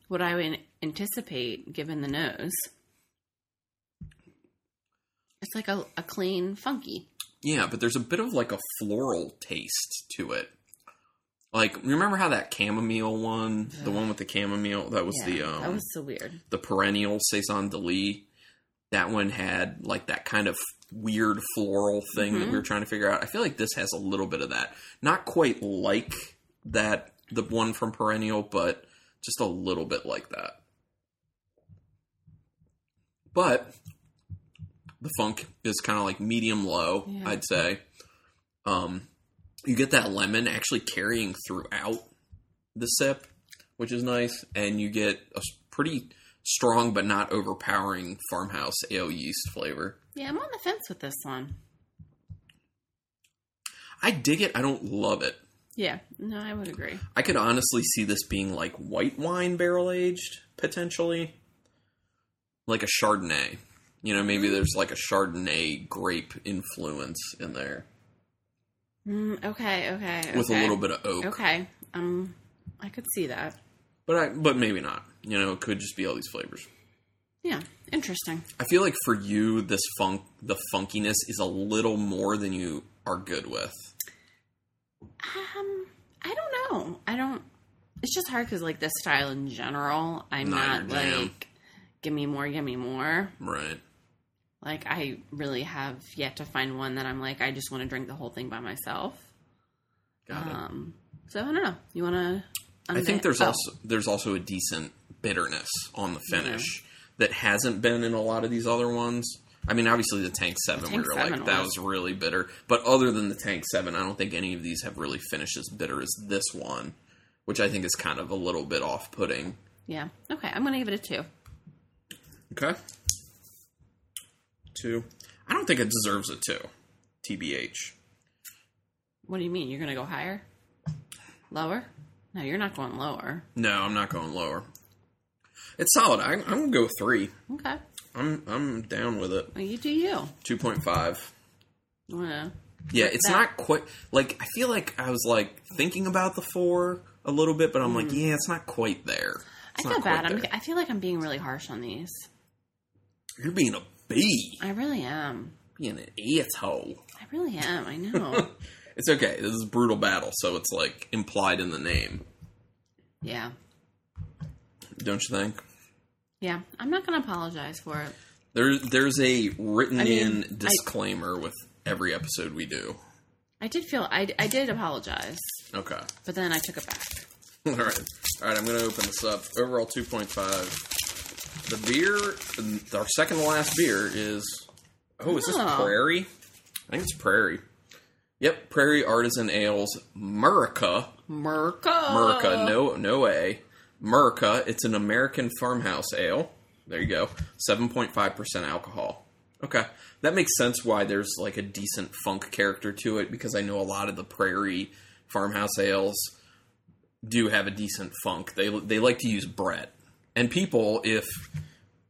what I would anticipate given the nose. It's like a, a clean funky.
Yeah, but there's a bit of like a floral taste to it. Like, remember how that chamomile one, the one with the chamomile, that was the um,
that was so weird.
the perennial saison de lis. That one had like that kind of weird floral thing that we were trying to figure out. I feel like this has a little bit of that. Not quite like that the one from perennial, but just a little bit like that. But the funk is kind of like medium low,
Yeah.
I'd say. Um, you get that lemon actually carrying throughout the sip, which is nice, and you get a s- pretty strong but not overpowering farmhouse ale yeast flavor.
Yeah, I'm on the fence with this one.
I dig it. I don't love it.
Yeah, no, I would agree.
I could honestly see this being like white wine barrel aged potentially, like a Chardonnay. You know, maybe there's like a Chardonnay grape influence in there
Mm, okay, okay.
with a
okay.
little bit of oak,
Okay, um, I could see that.
but I, but maybe not. You know, it could just be all these flavors.
Yeah, interesting.
I feel like for you, this funk, the funkiness is a little more than you are good with.
Um, I don't know. I don't. It's just hard because like this style in general, I'm
Not
not,
your jam.
like give me more, give me more.
Right.
Like I really have yet to find one that I'm like I just want to drink the whole thing by myself.
Got it.
Um, so I don't know. You Oh, want to?
I think there's also there's also a decent bitterness on the finish that hasn't been in a lot of these other ones. I mean, obviously the Tank Seven,
Tank
we were
Seven
like that
was-
was really bitter. But other than the Tank Seven, I don't think any of these have really finished as bitter as this one, which I think is kind of a little bit off putting.
yeah. Okay, I'm gonna give it a two.
Okay, two. I don't think it deserves a two. Tbh.
What do you mean? You're gonna go higher? Lower? No, you're not going lower.
No, I'm not going lower. It's solid. I, I'm gonna go three.
Okay.
I'm I'm down with it.
Well, you do you.
Two point five.
You wanna-
Yeah, it's
that.
not quite like I feel like I was like thinking about the four a little bit, but I'm like, yeah, it's not quite there.
Mm. I
It's
feel
not quite
bad. I'm,
there.
I feel like I'm being really harsh on these.
You're being a bee,
I really am.
being an asshole.
I really am.
(laughs)
I know.
It's okay. This is brutal battle, so it's like implied in the name,
yeah.
don't you think?
Yeah. I'm not going to apologize for it.
There, there's a written
I mean,
in disclaimer with every episode we do.
I did feel I, I did apologize,
Okay.
but then I took it back.
(laughs) All right. All right. I'm going to open this up. Overall, 2.5. The beer, our second to last beer is. Oh, is this
Oh.
Prairie? I think it's Prairie. Yep, Prairie Artisan Ales Murica.
Merca.
Murica, no, no A. Murica. It's an American farmhouse ale. There you go. 7.5% alcohol. Okay. That makes sense why there's like a decent funk character to it because I know a lot of the prairie farmhouse ales do have a decent funk. They they like to use Brett. And people if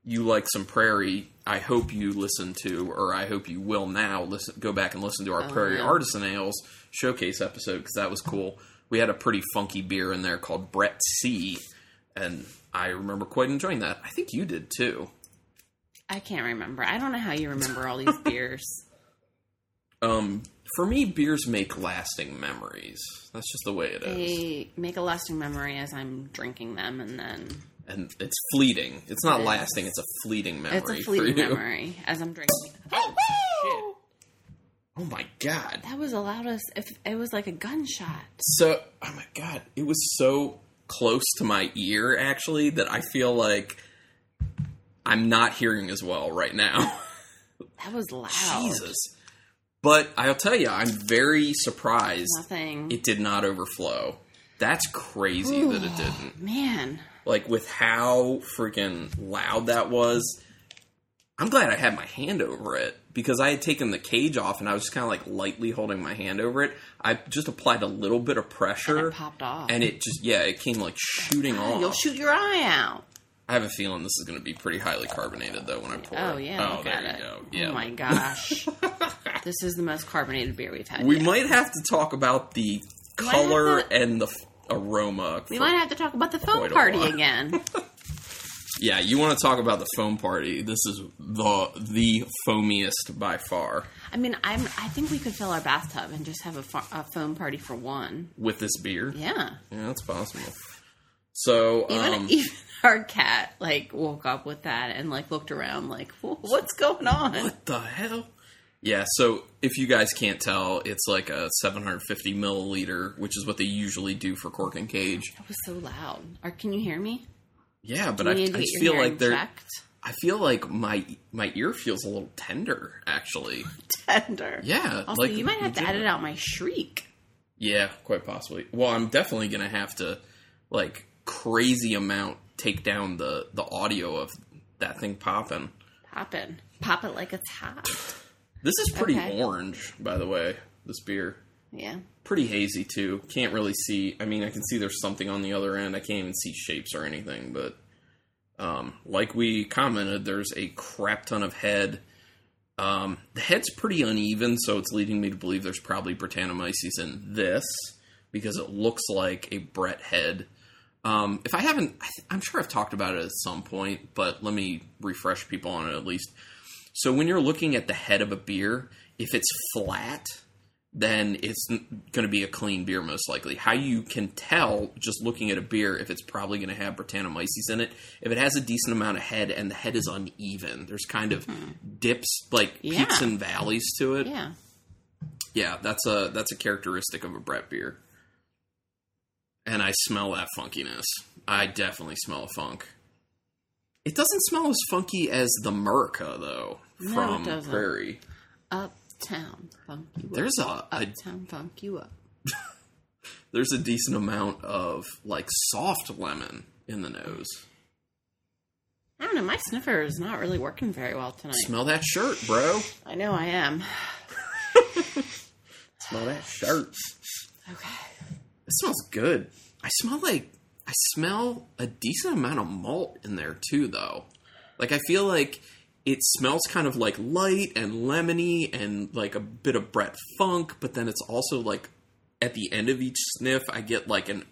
you like some prairie, I hope you listen to or I hope you will now listen go back and listen to our Prairie
Oh, yeah.
Artisan Ales showcase episode cuz that was cool. We had a pretty funky beer in there called Brett C and I remember quite enjoying that. I think you did too.
I can't remember. I don't know how you remember all these
(laughs)
beers.
Um, for me, beers make lasting memories. That's just the way it is,
They make a lasting memory as I'm drinking them, and then
and it's fleeting. It's not
It is.
lasting; it's a fleeting memory.
it's a fleeting
for you. (laughs)
memory as I'm drinking.
Oh shit! Oh my god!
That was the loudest. If it was like a gunshot.
So, oh my god, it was so close to my ear actually that I feel like I'm not hearing as well right now. (laughs)
That was loud.
Jesus! But I'll tell you, I'm very surprised
Nothing.
it did not overflow. That's crazy that it didn't.
Man,
like with how freaking loud that was. I'm glad I had my hand over it because I had taken the cage off and I was just kind of like lightly holding my hand over it. I just applied a little bit of pressure
it popped off.
and it just yeah, it came like shooting off.
You'll shoot your eye out.
I have a feeling this is going to be pretty highly carbonated though when I pour it.
Oh yeah,
Oh,
look
there
at
you
it.
go. Yeah. (laughs)
Oh my gosh, this is the most carbonated beer we've had.
we
yet.
might have to talk about the
might have
color
to-
and the f- aroma.
we
for-
might have to talk about the foam
Quite a
party
while.
again.
(laughs) yeah, you want to talk about the foam party. This is the the foamiest by far.
I mean, I'm. I think we could fill our bathtub and just have a, fo- a foam party for one.
with this beer. Yeah,
Yeah.
that's possible. So,
Even,
um,
even (laughs) our cat like woke up with that and like looked around like "Wha- what's going on?
what the hell? Yeah, so if you guys can't tell, it's like a 750 milliliter, which is what they usually do for cork and cage.
That was so loud. Or can you hear me?
Yeah, but
You
I, I
need to get
just
your
feel
hearing
like they're.
checked.
I feel like my my ear feels a little tender, actually.
tender.
Yeah,
Also,
like,
you might have to
legit-
edit out my shriek.
Yeah, quite possibly. Well, I'm definitely gonna have to like crazy amount take down the the audio of that thing popping.
Pop it. Pop it like it's hot.
This is pretty
Okay.
orange, by the way. This beer.
Yeah.
pretty hazy too. Can't really see. I mean, I can see there's something on the other end. I can't even see shapes or anything. But um, like we commented, there's a crap ton of head. Um, the head's pretty uneven, so it's leading me to believe there's probably Britannomyces in this because it looks like a Brett head. Um, if I haven't, I th- I'm sure I've talked about it at some point, but let me refresh people on it at least. So when you're looking at the head of a beer, if it's flat, then it's going to be a clean beer most likely. How you can tell just looking at a beer if it's probably going to have Britannomyces in it, if it has a decent amount of head and the head is uneven, there's kind of dips, like peaks
Yeah.
and valleys to it.
Yeah.
Yeah, that's a that's a characteristic of a Brett beer. And I smell that funkiness. I definitely smell a funk. It doesn't smell as funky as the Murica though
No,
from
it doesn't.
Prairie.
Uptown funk you up.
There's a, a
Uptown funk you up.
there's a decent amount of like soft lemon in the nose.
I don't know. My sniffer is not really working very well tonight.
Smell that shirt, bro.
I know I am.
Smell that shirt.
Okay.
It smells good. I smell like I smell a decent amount of malt in there too, though. Like I feel like it smells kind of like light and lemony and like a bit of Brett Funk, but then it's also like at the end of each sniff, I get like an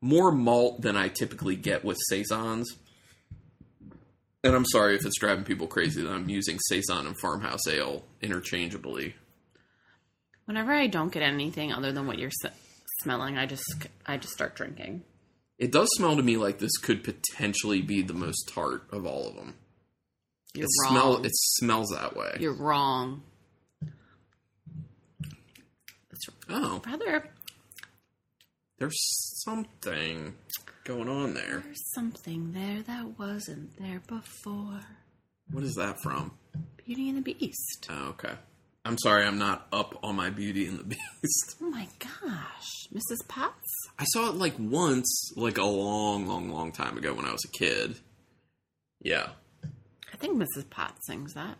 more malt than I typically get with saisons. And I'm sorry if it's driving people crazy that I'm using saison and farmhouse ale interchangeably.
Whenever I don't get anything other than what you're s- smelling, I just I just start drinking.
It does smell to me like this could potentially be the most tart of all of them.
You're
It
wrong.
smell it smells that way.
You're wrong. It's
Oh,
rather
there's something going on there.
there's something there that wasn't there before.
What is that from?
Beauty and the Beast.
Oh, okay. I'm sorry, I'm not up on my Beauty and the Beast.
Oh my gosh, Mrs. Potts.
I saw it like once, like a long, long, long time ago when I was a kid. Yeah,
I think Mrs. Potts sings that.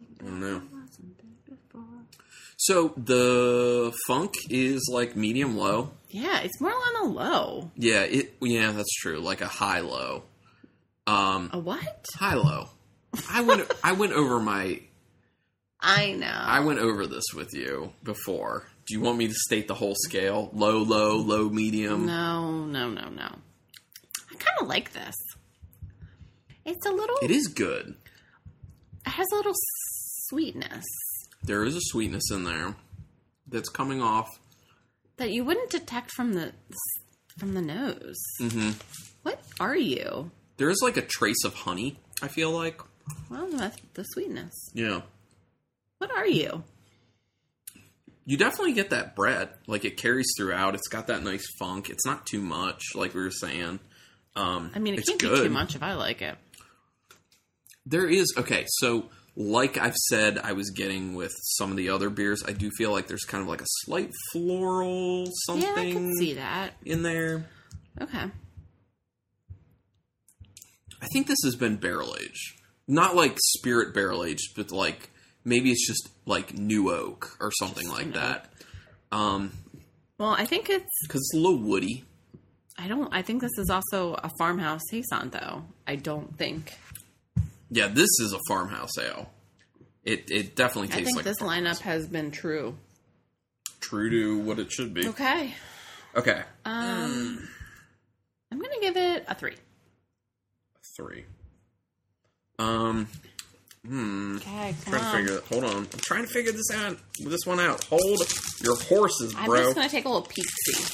I don't know.
Wasn't there before.
So the funk is like medium low.
Yeah, it's more on a low.
Yeah, it. Yeah, that's true. Like a high low. Um,
A what?
high low. I went. I went over my.
I know.
I went over this with you before. Do you want me to state the whole scale? Low, low, low, medium.
no, no, no, no. I kind of like this. It's a little.
It is good.
It has a little sweetness
There is a sweetness in there that's coming off.
that you wouldn't detect from the from the nose.
hmm
What are you?
There is like a trace of honey. I feel like.
Well, that's the sweetness.
Yeah.
What are you?
You definitely get that bread. Like it carries throughout. It's got that nice funk. It's not too much, like we were saying. Um,
I mean, it
it's
can't be
good.
too much if I like it.
There is okay, so like I've said, I was getting with some of the other beers. I do feel like there's kind of like a slight floral something
Yeah, I could see that.
in there.
Okay.
I think this has been barrel aged, not like spirit barrel aged, but like maybe it's just like new oak or something like
an
that. Um,
Well, I think it's
because it's a little woody.
I don't. I think this is also a farmhouse saison, though. I don't think.
Yeah, this is a farmhouse ale. It it definitely
I
tastes
think
like
this lineup has been true.
true to what it should be. Uh,
Okay.
Okay, Mm.
Um, I'm gonna give it a three.
three. Um, hmm.
Okay.
I'm trying to figure. Hold on, I'm trying to figure this out. This one out. Hold your horses,
I'm
bro.
just gonna take a little peek. See.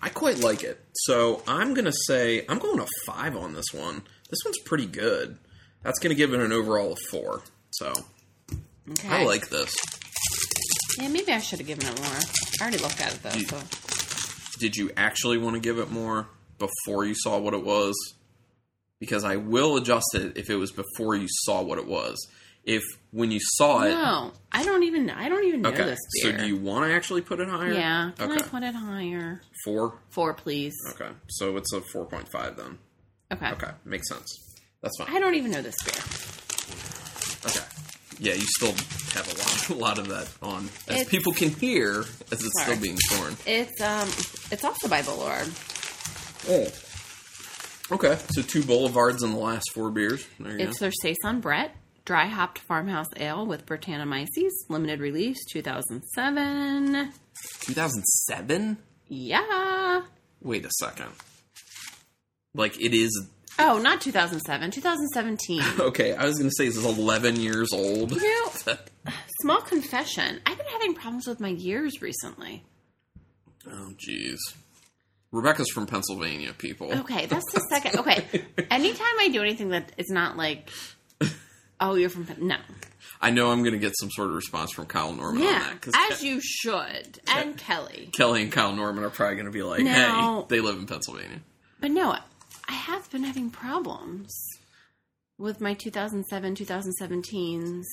I quite like it, so I'm gonna say I'm going a five on this one. This one's pretty good. That's gonna give it an overall of four. So
Okay.
I like this.
Yeah, maybe I should have given it more. I already looked at it though.
You-
So.
Did you actually want to give it more before you saw what it was? Because I will adjust it if it was before you saw what it was. If when you saw it,
No, I don't even. I don't even know
okay.
Oh, this
So
beer.
do you want to actually put it higher?
Yeah. Can
Okay.
I put it higher?
Four.
Four, please.
Okay. So it's a four point five then.
Okay.
Okay, makes sense. That's fine.
I don't even know this beer.
Okay. Yeah, you still have a lot, (laughs) a lot of that on, as
It's-
people can hear, as it's
Sorry.
still being torn.
It's um, it's also by Boulevard.
Oh. Okay, so two boulevards in the last four beers. There you
It's
go.
their Saison Brett dry hopped farmhouse ale with Britannomyces, limited release 2007.
2007.
Yeah.
Wait a second. Like it is.
Oh, not
(laughs)
2007, 2017.
Okay, I was gonna say this is 11 years old.
you know, small confession. I've been having problems with my years recently.
Oh, jeez. Rebecca's from Pennsylvania, people.
Okay, that's the second.
(laughs)
Okay, anytime I do anything that is not like, oh, you're from Pen- no,
I know I'm gonna get some sort of response from Kyle Norman on
yeah,
that because
as you should, and Kelly.
Kelly and Kyle Norman are probably going to be like,
Now-
"Hey, they live in Pennsylvania."
But no, I have been having problems with my 2007, 2017s.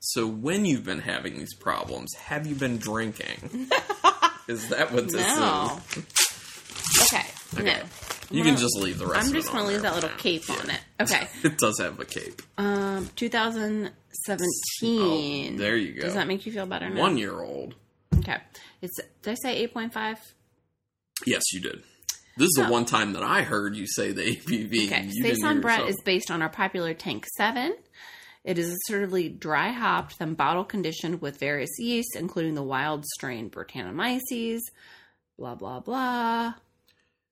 So when you've been having these problems, have you been
(laughs)
drinking? is that what this
No. Okay. No.
Okay. is? You can just leave the rest.
I'm
of it
just going
on
to leave
there
that little
for now.
cape on it. Okay.
(laughs) It does have a cape.
Um, 2017.
Oh, there you go.
Does that make you feel better now?
One year old.
Okay. It's, did I say 8.5?
Yes, you did. This is the
No.
one time that I heard you say the ABV.
Okay.
and you didn't
Saison
hear
Brett
yourself.
is based on our popular Tank 7. It is assertively dry hopped, then bottle conditioned with various yeasts, including the wild strain Britannomyces, blah, blah, blah.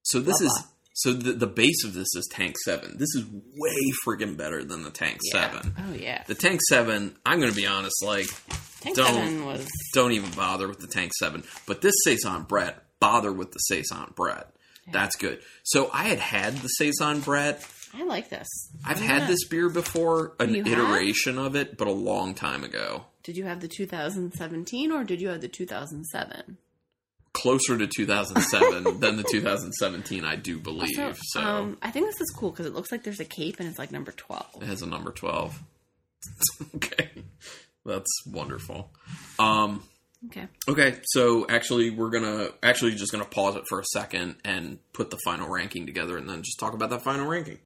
So this
Blah,
is so the, the base of this is Tank Seven. This is way friggin' better than the Tank
Yeah.
Seven.
Oh, yeah.
The Tank Seven. I'm going to be honest. Like
Tank
don't-
7 was.
don't even bother with the tank seven. But this saison Brett, bother with the saison Brett. That's good. So I had had the saison Brett.
I like this.
I've
I'm
had
gonna-
this beer before, an
You have?
iteration of it, but a long time ago.
Did you have the 2017 or did you have the 2007?
Closer to
(laughs)
2007 than the 2017, I do believe. so
um, I think this is cool because it looks like there's a cape and it's like number 12.
it has a number 12. (laughs) okay. That's wonderful. Um,
Okay.
Okay, so actually, we're gonna actually just gonna pause it for a second and put the final ranking together, and then just talk about that final ranking.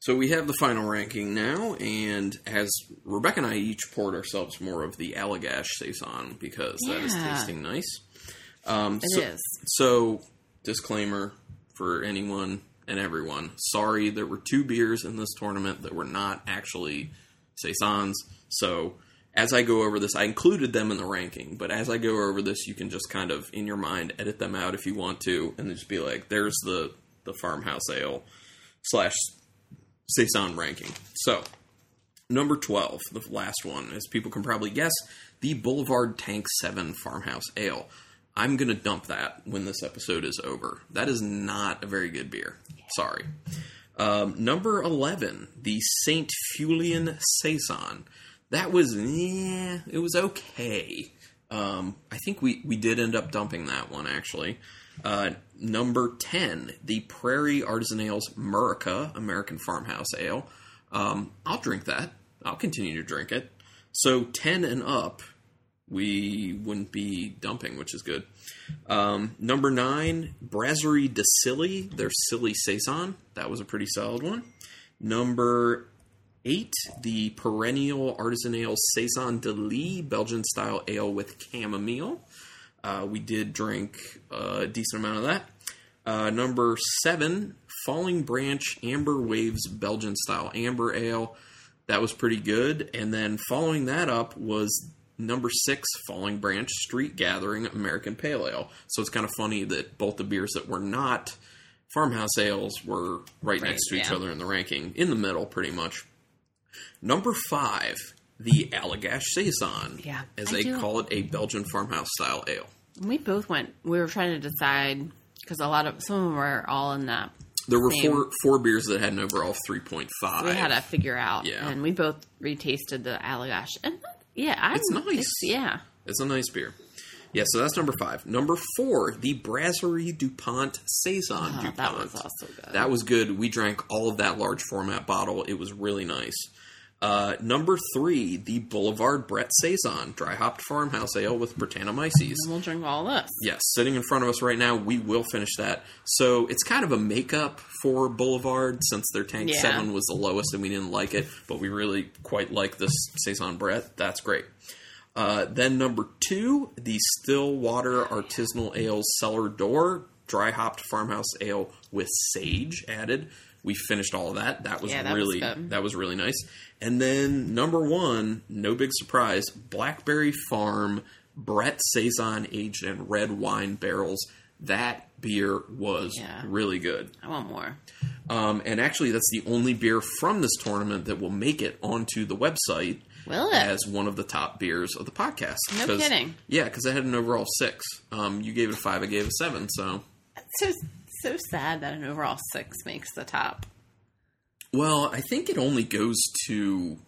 So we have the final ranking now, and as Rebecca and I each poured ourselves more of the Allagash saison because that is
Yeah.
tasting nice. Um,
It is.
so, so, disclaimer for anyone and everyone. Sorry, there were two beers in this tournament that were not actually Saisons. So, as I go over this, I included them in the ranking, but as I go over this, you can just kind of, in your mind, edit them out if you want to, and just be like, there's the, the farmhouse ale slash Saison ranking. So, number 12, the last one, as people can probably guess, the Boulevard Tank 7 Farmhouse Ale. I'm going to dump that when this episode is over. That is not a very good beer. Sorry. Um, number 11, the St. Fulian Saison. That was, yeah, it was okay. Um, I think we, we did end up dumping that one, actually. Uh, number 10, the Prairie Artisan Ales Murica, American Farmhouse Ale. Um, I'll drink that. I'll continue to drink it. So 10 and up, we wouldn't be dumping, which is good. Um, number nine, Brasserie de Silly, their Silly Saison. That was a pretty solid one. Number eight, the Perennial Artisan Ale Saison de Lis, Belgian style ale with chamomile. Uh, we did drink a decent amount of that. Uh, number seven, Falling Branch Amber Waves Belgian style amber ale. That was pretty good. And then following that up was number six, Falling Branch Street Gathering American Pale Ale. So it's kind of funny that both the beers that were not farmhouse ales were right, next to each
yeah.
other in the ranking, in the middle pretty much. Number five, the Allagash Saison,
Yeah,
as
I
they
do-
call it, a Belgian farmhouse style ale.
We both went, we were trying to decide because a lot of, some of them were all in that.
There were
Same.
four four beers that had an overall three point five.
We had to figure out.
Yeah.
And we both retasted the Allagash. And uh, yeah, I'm,
It's nice.
yeah.
It's a nice beer. Yeah, so that's number five. Number four, the Brasserie DuPont Saison
Oh,
DuPont.
that was also good.
That was good. We drank all of that large format bottle. It was really nice. Uh, number three, the Boulevard Brett Saison, dry hopped farmhouse ale with Britannomyces.
And we'll drink all this.
Yes, sitting in front of us right now, we will finish that. So it's kind of a makeup for Boulevard since their tank
Yeah.
seven was the lowest and we didn't like it, but we really quite like this Saison Brett. That's great. Uh, then number two, the Stillwater Artisanal Ale Cellar Door Dry Hopped Farmhouse Ale with Sage added. We finished all of that. That was
Yeah, that was
really
good.
that was really nice. And then number one, no big surprise, Blackberry Farm Brett Saison aged in red wine barrels. That beer was
Yeah.
really good.
I want more.
Um, and actually, that's the only beer from this tournament that will make it onto the website
Will it?
as one of the top beers of the podcast.
No
'Cause-
kidding.
Yeah, because I had an overall six. Um, you gave it a five. I gave it a seven. So,
so so sad that an overall six makes the top.
well, I think it only goes to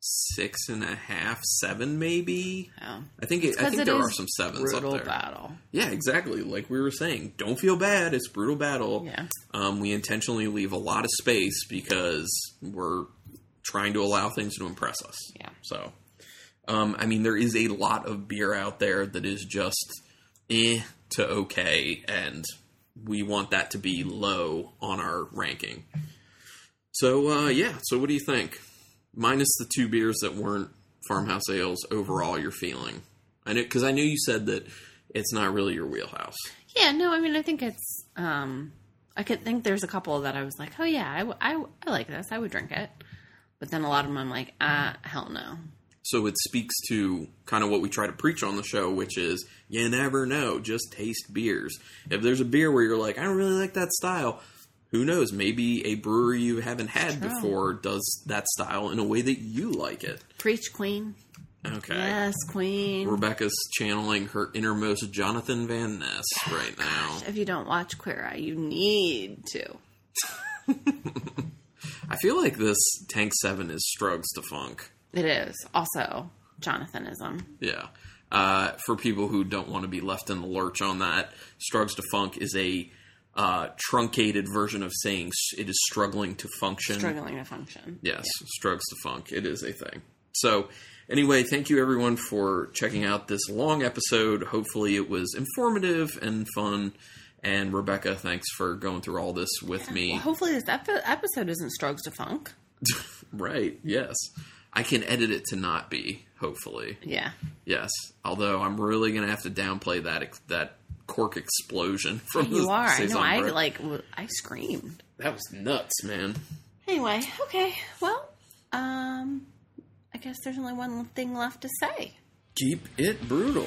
six and a half, seven, maybe.
Oh.
I think it, I
'cause
think
it
there
is
are some sevens up
Brutal
there.
battle.
Yeah, exactly. Like we were saying, don't feel bad. It's brutal battle.
Yeah.
Um, we intentionally leave a lot of space because we're trying to allow things to impress us.
Yeah.
So, um, I mean, there is a lot of beer out there that is just eh to okay, and we want that to be low on our ranking. So, uh, yeah. So, what do you think? Minus the two beers that weren't farmhouse ales, overall, you're feeling. I know because I knew you said that it's not really your wheelhouse.
Yeah, no, I mean, I think it's. Um, I could think there's a couple that I was like, oh yeah, I, w- I w- I like this. I would drink it. But then a lot of them, I'm like, ah, hell no.
So it speaks to kind of what we try to preach on the show, which is you never know, just taste beers. If there's a beer where you're like, I don't really like that style, who knows? Maybe a brewery you haven't had
True.
before does that style in a way that you like it.
Preach, Queen.
Okay.
Yes, Queen.
Rebecca's channeling her innermost Jonathan Van Ness right now.
If you don't watch Queer Eye, you need to.
I feel like this Tank 7 is Strug's Defunk.
It is also Jonathanism.
Yeah. Uh, for people who don't want to be left in the lurch on that, Strug's to Funk is a uh, truncated version of saying s- it is struggling to function.
Struggling to function.
Yes, Strug's to Funk. It is a thing. So, anyway, thank you everyone for checking out this long episode. Hopefully, it was informative and fun. And Rebecca, thanks for going through all this with
Well,
me.
hopefully this epi- episode isn't Strugs to Funk.
right, yes. I can edit it to not be, hopefully.
Yeah.
Yes, although I'm really gonna have to downplay that ex- that cork explosion (laughs) from
You
the
are. I know.
saison
I
bread.
like. w- I screamed.
that was nuts, man.
Anyway. Okay. Well. Um. I guess there's only one thing left to say.
Keep it brutal.